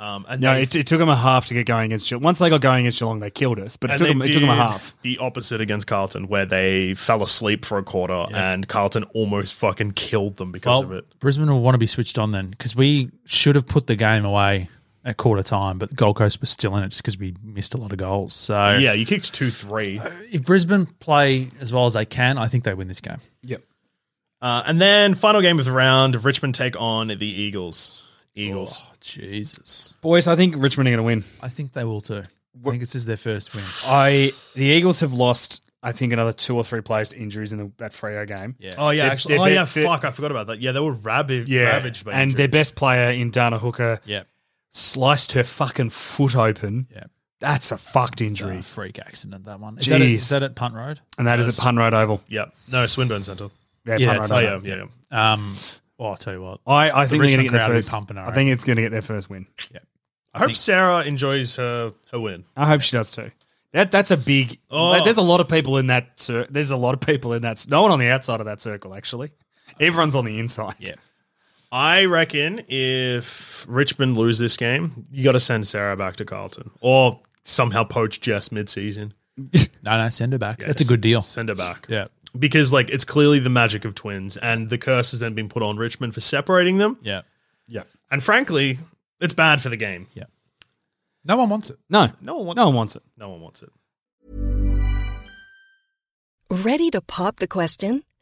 B: Um, and
D: No,
B: they-
D: it, it took them a half to get going against Geelong. Once they got going against Geelong, they killed us. But it
B: and
D: took
B: they
D: them. It took them a
B: did
D: half.
B: The opposite against Carlton, where they fell asleep for a quarter, and Carlton almost fucking killed them because of
C: Well,
B: it.
C: Brisbane will want to be switched on then because we should have put the game away at quarter time, but Gold Coast was still in it just because we missed a lot of goals. So
B: Yeah, you kicked two three.
C: if Brisbane play as well as they can, I think they win this game.
D: Yep.
B: Uh, and then final game of the round, Richmond take on the Eagles. Eagles.
C: Oh, Jesus.
D: Boys, I think Richmond are going to win.
C: I think they will too. I think this is their first win. Oh,
D: I the Eagles have lost. I think another two or three players to injuries in the, that Freo game.
C: Yeah.
B: Oh, yeah,
D: They're-
B: actually.
D: they're
B: oh
D: be-
B: yeah,
D: they're-
B: fuck, I forgot about that. Yeah, they were rabid,
D: yeah.
B: ravaged by
D: and
B: injury.
D: their best player in Dana Hooker
C: yeah.
D: sliced her fucking foot open.
C: Yeah.
D: That's a
C: It's
D: fucked
C: a
D: injury,
C: freak accident, that one. Is that, at,
D: Jeez.
C: is that at Punt Road?
D: and that is at Punroad Oval.
B: yeah, no Swinburne Centre.
C: Yeah,
D: Punt
C: it's
D: Road
B: Oh
C: like-
D: Oval.
B: yeah, yeah, yeah.
C: Um, well, I'll tell you what.
D: I, I
C: The
D: think they're going
C: Richmond
D: to get their
C: crowd will be
D: first.
C: pumping her,
D: I think it's going to get their first win.
B: I hope Sarah enjoys her her win.
D: I hope she does too. That that's a big.
B: Oh.
D: that- there's a lot of people in that. Cir- there's a lot of people in that. c- No one on the outside of that circle actually. Everyone's on the inside.
C: Yeah.
B: I reckon if Richmond lose this game, you got to send Sarah back to Carlton or somehow poach Jess mid-season.
C: No, no, send her back.
B: Yeah,
C: That's a
B: s-
C: good deal.
B: Send her back.
C: Yeah.
B: Because like it's clearly the magic of twins and the curse has then been put on Richmond for separating them.
C: Yeah.
D: Yeah.
B: And frankly, it's bad for the game.
C: No one wants it.
D: No.
B: No one wants
D: No
B: it.
D: one wants it.
B: No one wants it.
E: Ready to pop the question?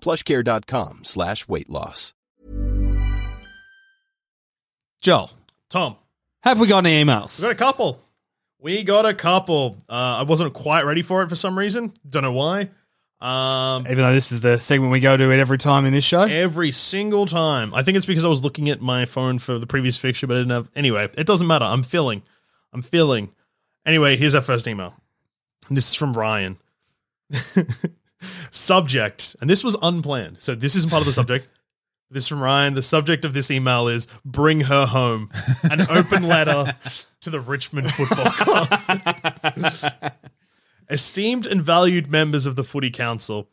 F: plushcare.com slash weight loss.
D: Joel,
B: Tom,
D: have we got any
B: we
D: emails?
B: got a couple. We got a couple. Uh, I wasn't quite ready for it for some reason. Don't know why. Um,
D: Even though this is the segment we go to it every time in this show.
B: every single time. I think it's because I was looking at my phone for the previous fixture, but I didn't have. Anyway, it doesn't matter. I'm feeling. I'm feeling. Anyway, here's our first email. And this is from Ryan. subject, and this was unplanned. So this isn't part of the subject. This is from Ryan. The subject of this email is "Bring Her Home," an open letter to the Richmond Football Club. Esteemed and valued members of the Footy Council,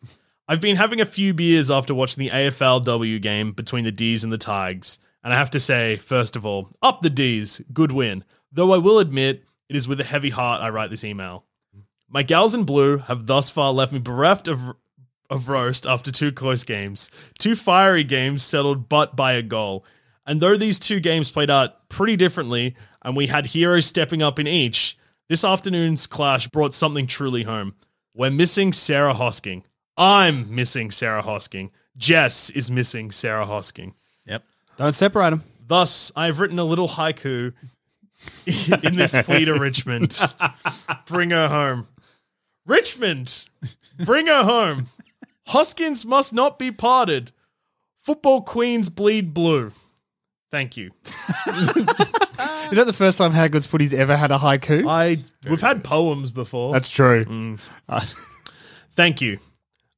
B: I've been having a few beers after watching the AFLW game between the D's and the Tigers. And I have to say, first of all, up the D's, good win. Though I will admit, it is with a heavy heart I write this email. My gals in blue have thus far left me bereft of of roast after two close games, two fiery games settled but by a goal. And though these two games played out pretty differently, and we had heroes stepping up in each, this afternoon's clash brought something truly home. We're missing Sarah Hosking. I'm missing Sarah Hosking. Jess is missing Sarah Hosking.
C: Yep.
D: Don't separate them.
B: Thus, I've written a little haiku in this plea to Richmond. Bring her home. Richmond, bring her home. Hoskins must not be parted. Football queens bleed blue. Thank you.
D: Is that the first time Haggood's Footy's ever had a haiku?
B: I we've had poems before.
D: That's true.
B: Thank you.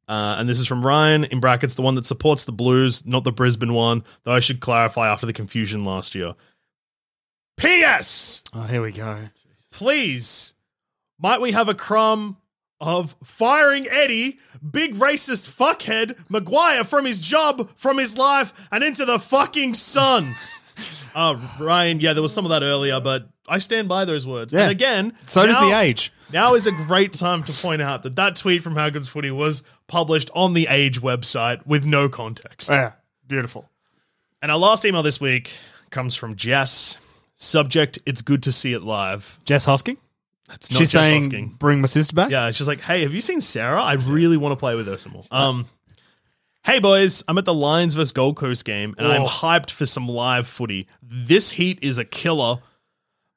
B: Uh, and this is from Ryan in brackets, the one that supports the Blues, not the Brisbane one. Though I should clarify after the confusion last year. P.S.
D: Oh, here we go.
B: please might we have a crumb of firing Eddie, big racist fuckhead, Maguire from his job, from his life, and into the fucking sun? Uh, Ryan, yeah, there was some of that earlier, but I stand by those words.
D: Yeah.
B: And again,
D: So does The Age.
B: Now is a great time to point out that that tweet from How Good's Footy was published on The Age website with no context.
D: Yeah, beautiful.
B: And our last email this week comes from Jess. Subject: It's good to see it live.
D: Jess Hosking.
B: It's not
D: She's
B: Jess
D: saying,
B: Hosking.
D: "Bring my sister back."
B: Yeah, she's like, hey, have you seen Sarah? I really want to play with her some more. Um, hey boys, I'm at the Lions versus Gold Coast game, and I'm
D: Oh.
B: hyped for some live footy. This heat is a killer,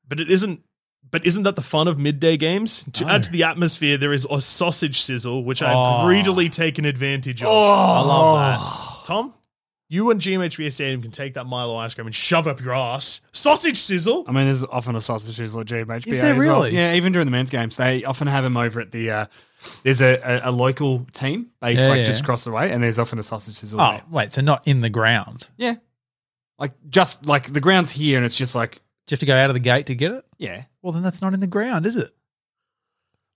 B: but it isn't. But isn't that the fun of midday games? To add to the atmosphere, there is a sausage sizzle, which I've greedily taken advantage of. I love that. Tom, you and GMHBA Stadium can take that Milo ice cream and shove up your ass. Sausage sizzle.
D: I mean, there's often a sausage sizzle at GMHBA.
C: Is there
D: as well.
C: really?
D: Yeah, even during the men's games, they often have them over at the. Uh, there's a, a, a local team based
C: Yeah,
D: like
C: yeah.
D: just across the way, and there's often a sausage sizzle.
C: Oh,
D: there.
C: wait, so not in the ground.
D: yeah, like just like the ground's here, and it's just like
C: Do you have to go out of the gate to get it?
D: yeah,
C: Well, then that's not in the ground, is it?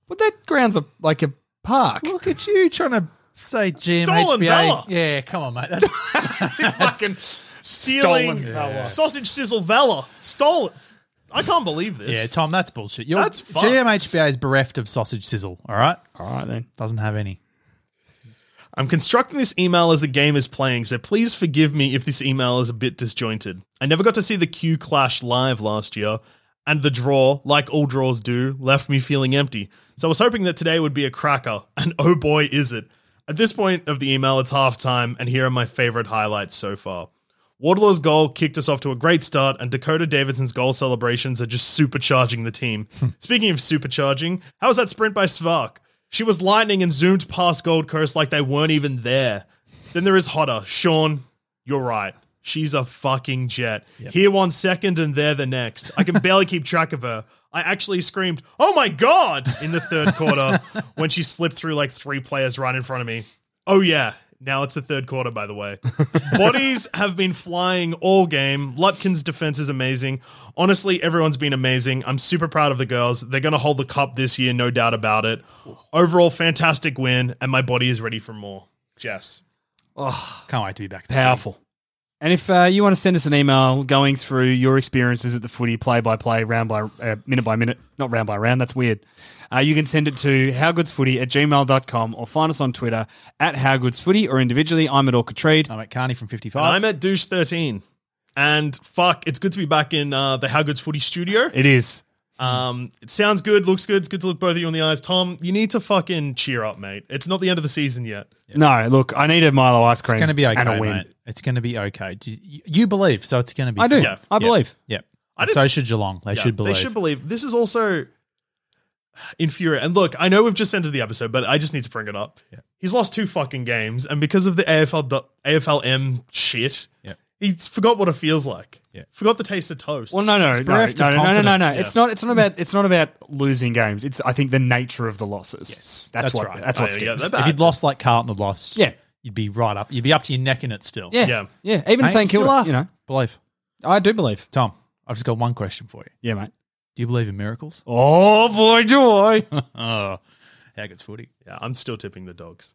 D: but that ground's a, like a park.
C: Look at you trying to say
B: Stolen dollar.
C: GMHBA. Yeah, come on, mate. That's-
B: fucking stealing
D: Stolen valor.
B: sausage sizzle valor. Stolen. I can't believe this.
C: yeah, Tom, that's bullshit. You're,
B: That's fucked.
C: GMHBA is bereft of sausage sizzle, all right?
D: All right then.
C: Doesn't have any.
B: I'm constructing this email as the game is playing, so please forgive me if this email is a bit disjointed. I never got to see the Q Clash live last year, and the draw, like all draws do, left me feeling empty. So I was hoping that today would be a cracker, and oh boy, is it. At this point of the email, it's halftime, and here are my favorite highlights so far. Wardlaw's goal kicked us off to a great start, and Dakota Davidson's goal celebrations are just supercharging the team. Speaking of supercharging, how was that sprint by Svark? She was lightning and zoomed past Gold Coast like they weren't even there. Then there is Hotter. Sean, you're right. She's a fucking jet. Here one second and there the next. I can barely keep track of her. I actually screamed, Oh my God, in the third quarter when she slipped through like three players right in front of me. Oh, yeah. Now it's the third quarter, by the way. Bodies have been flying all game. Lutkin's defense is amazing. Honestly, everyone's been amazing. I'm super proud of the girls. They're going to hold the cup this year, no doubt about it. Overall, fantastic win, and my body is ready for more. Jess.
C: Can't wait to be back there.
D: Powerful. And if uh, you want to send us an email going through your experiences at the footy, play by play, round by uh, minute by minute, not round by round, that's weird. Uh, you can send it to howgoodsfooty at gmail.com or find us on Twitter at howgoodsfooty or individually. I'm at Orchid.
C: I'm at Carney from
B: And
C: 55.
B: I'm at douche 13. And fuck, it's good to be back in uh, the How Good's Footy studio.
D: It is.
B: Um, it sounds good, looks good. It's good to look both of you in the eyes. Tom, you need to fucking cheer up, mate. It's not the end of the season yet.
D: No, look, I need a Milo ice
C: It's
D: cream
C: going to be okay,
D: and a win.
C: mate. It's going to be okay. Do You, you believe, so it's going to be.
D: I do.
B: Yeah.
D: I believe.
C: Yep.
B: I
C: And
B: just-
C: so should Geelong. They
B: Yeah,
C: should believe.
B: They should believe. This is also infuriating. And look, I know we've just ended the episode, but I just need to bring it up. He's lost two fucking games, and because of the AFL do- AFLM shit,
C: Yeah.
B: he's forgot what it feels like.
C: Yeah.
B: Forgot the taste of toast.
D: Well, no, no, no, no,
C: bereft
D: no,
C: of
D: no, no, no, no.
C: confidence.
D: It's not. It's not about. It's not about losing games. It's. I think the nature of the losses. Yes, that's,
C: that's
D: what.
C: right.
D: That's
B: Oh,
D: what
B: yeah,
D: sticks.
B: they're
C: If
B: bad.
C: you'd lost like Carlton had lost,
D: Yeah.
C: you'd be right up. You'd be up to your neck in it still.
D: Yeah,
B: Yeah.
D: yeah, Even
C: Mate,
D: saying
C: still
D: killer,
C: are.
D: you know,
C: Believe.
D: I do believe.
C: Tom, I've just got one question for you.
D: Yeah, mate.
C: Do you believe in miracles?
D: Oh boy, do I!
C: oh, how good's footy?
B: Yeah, I'm still tipping the dogs.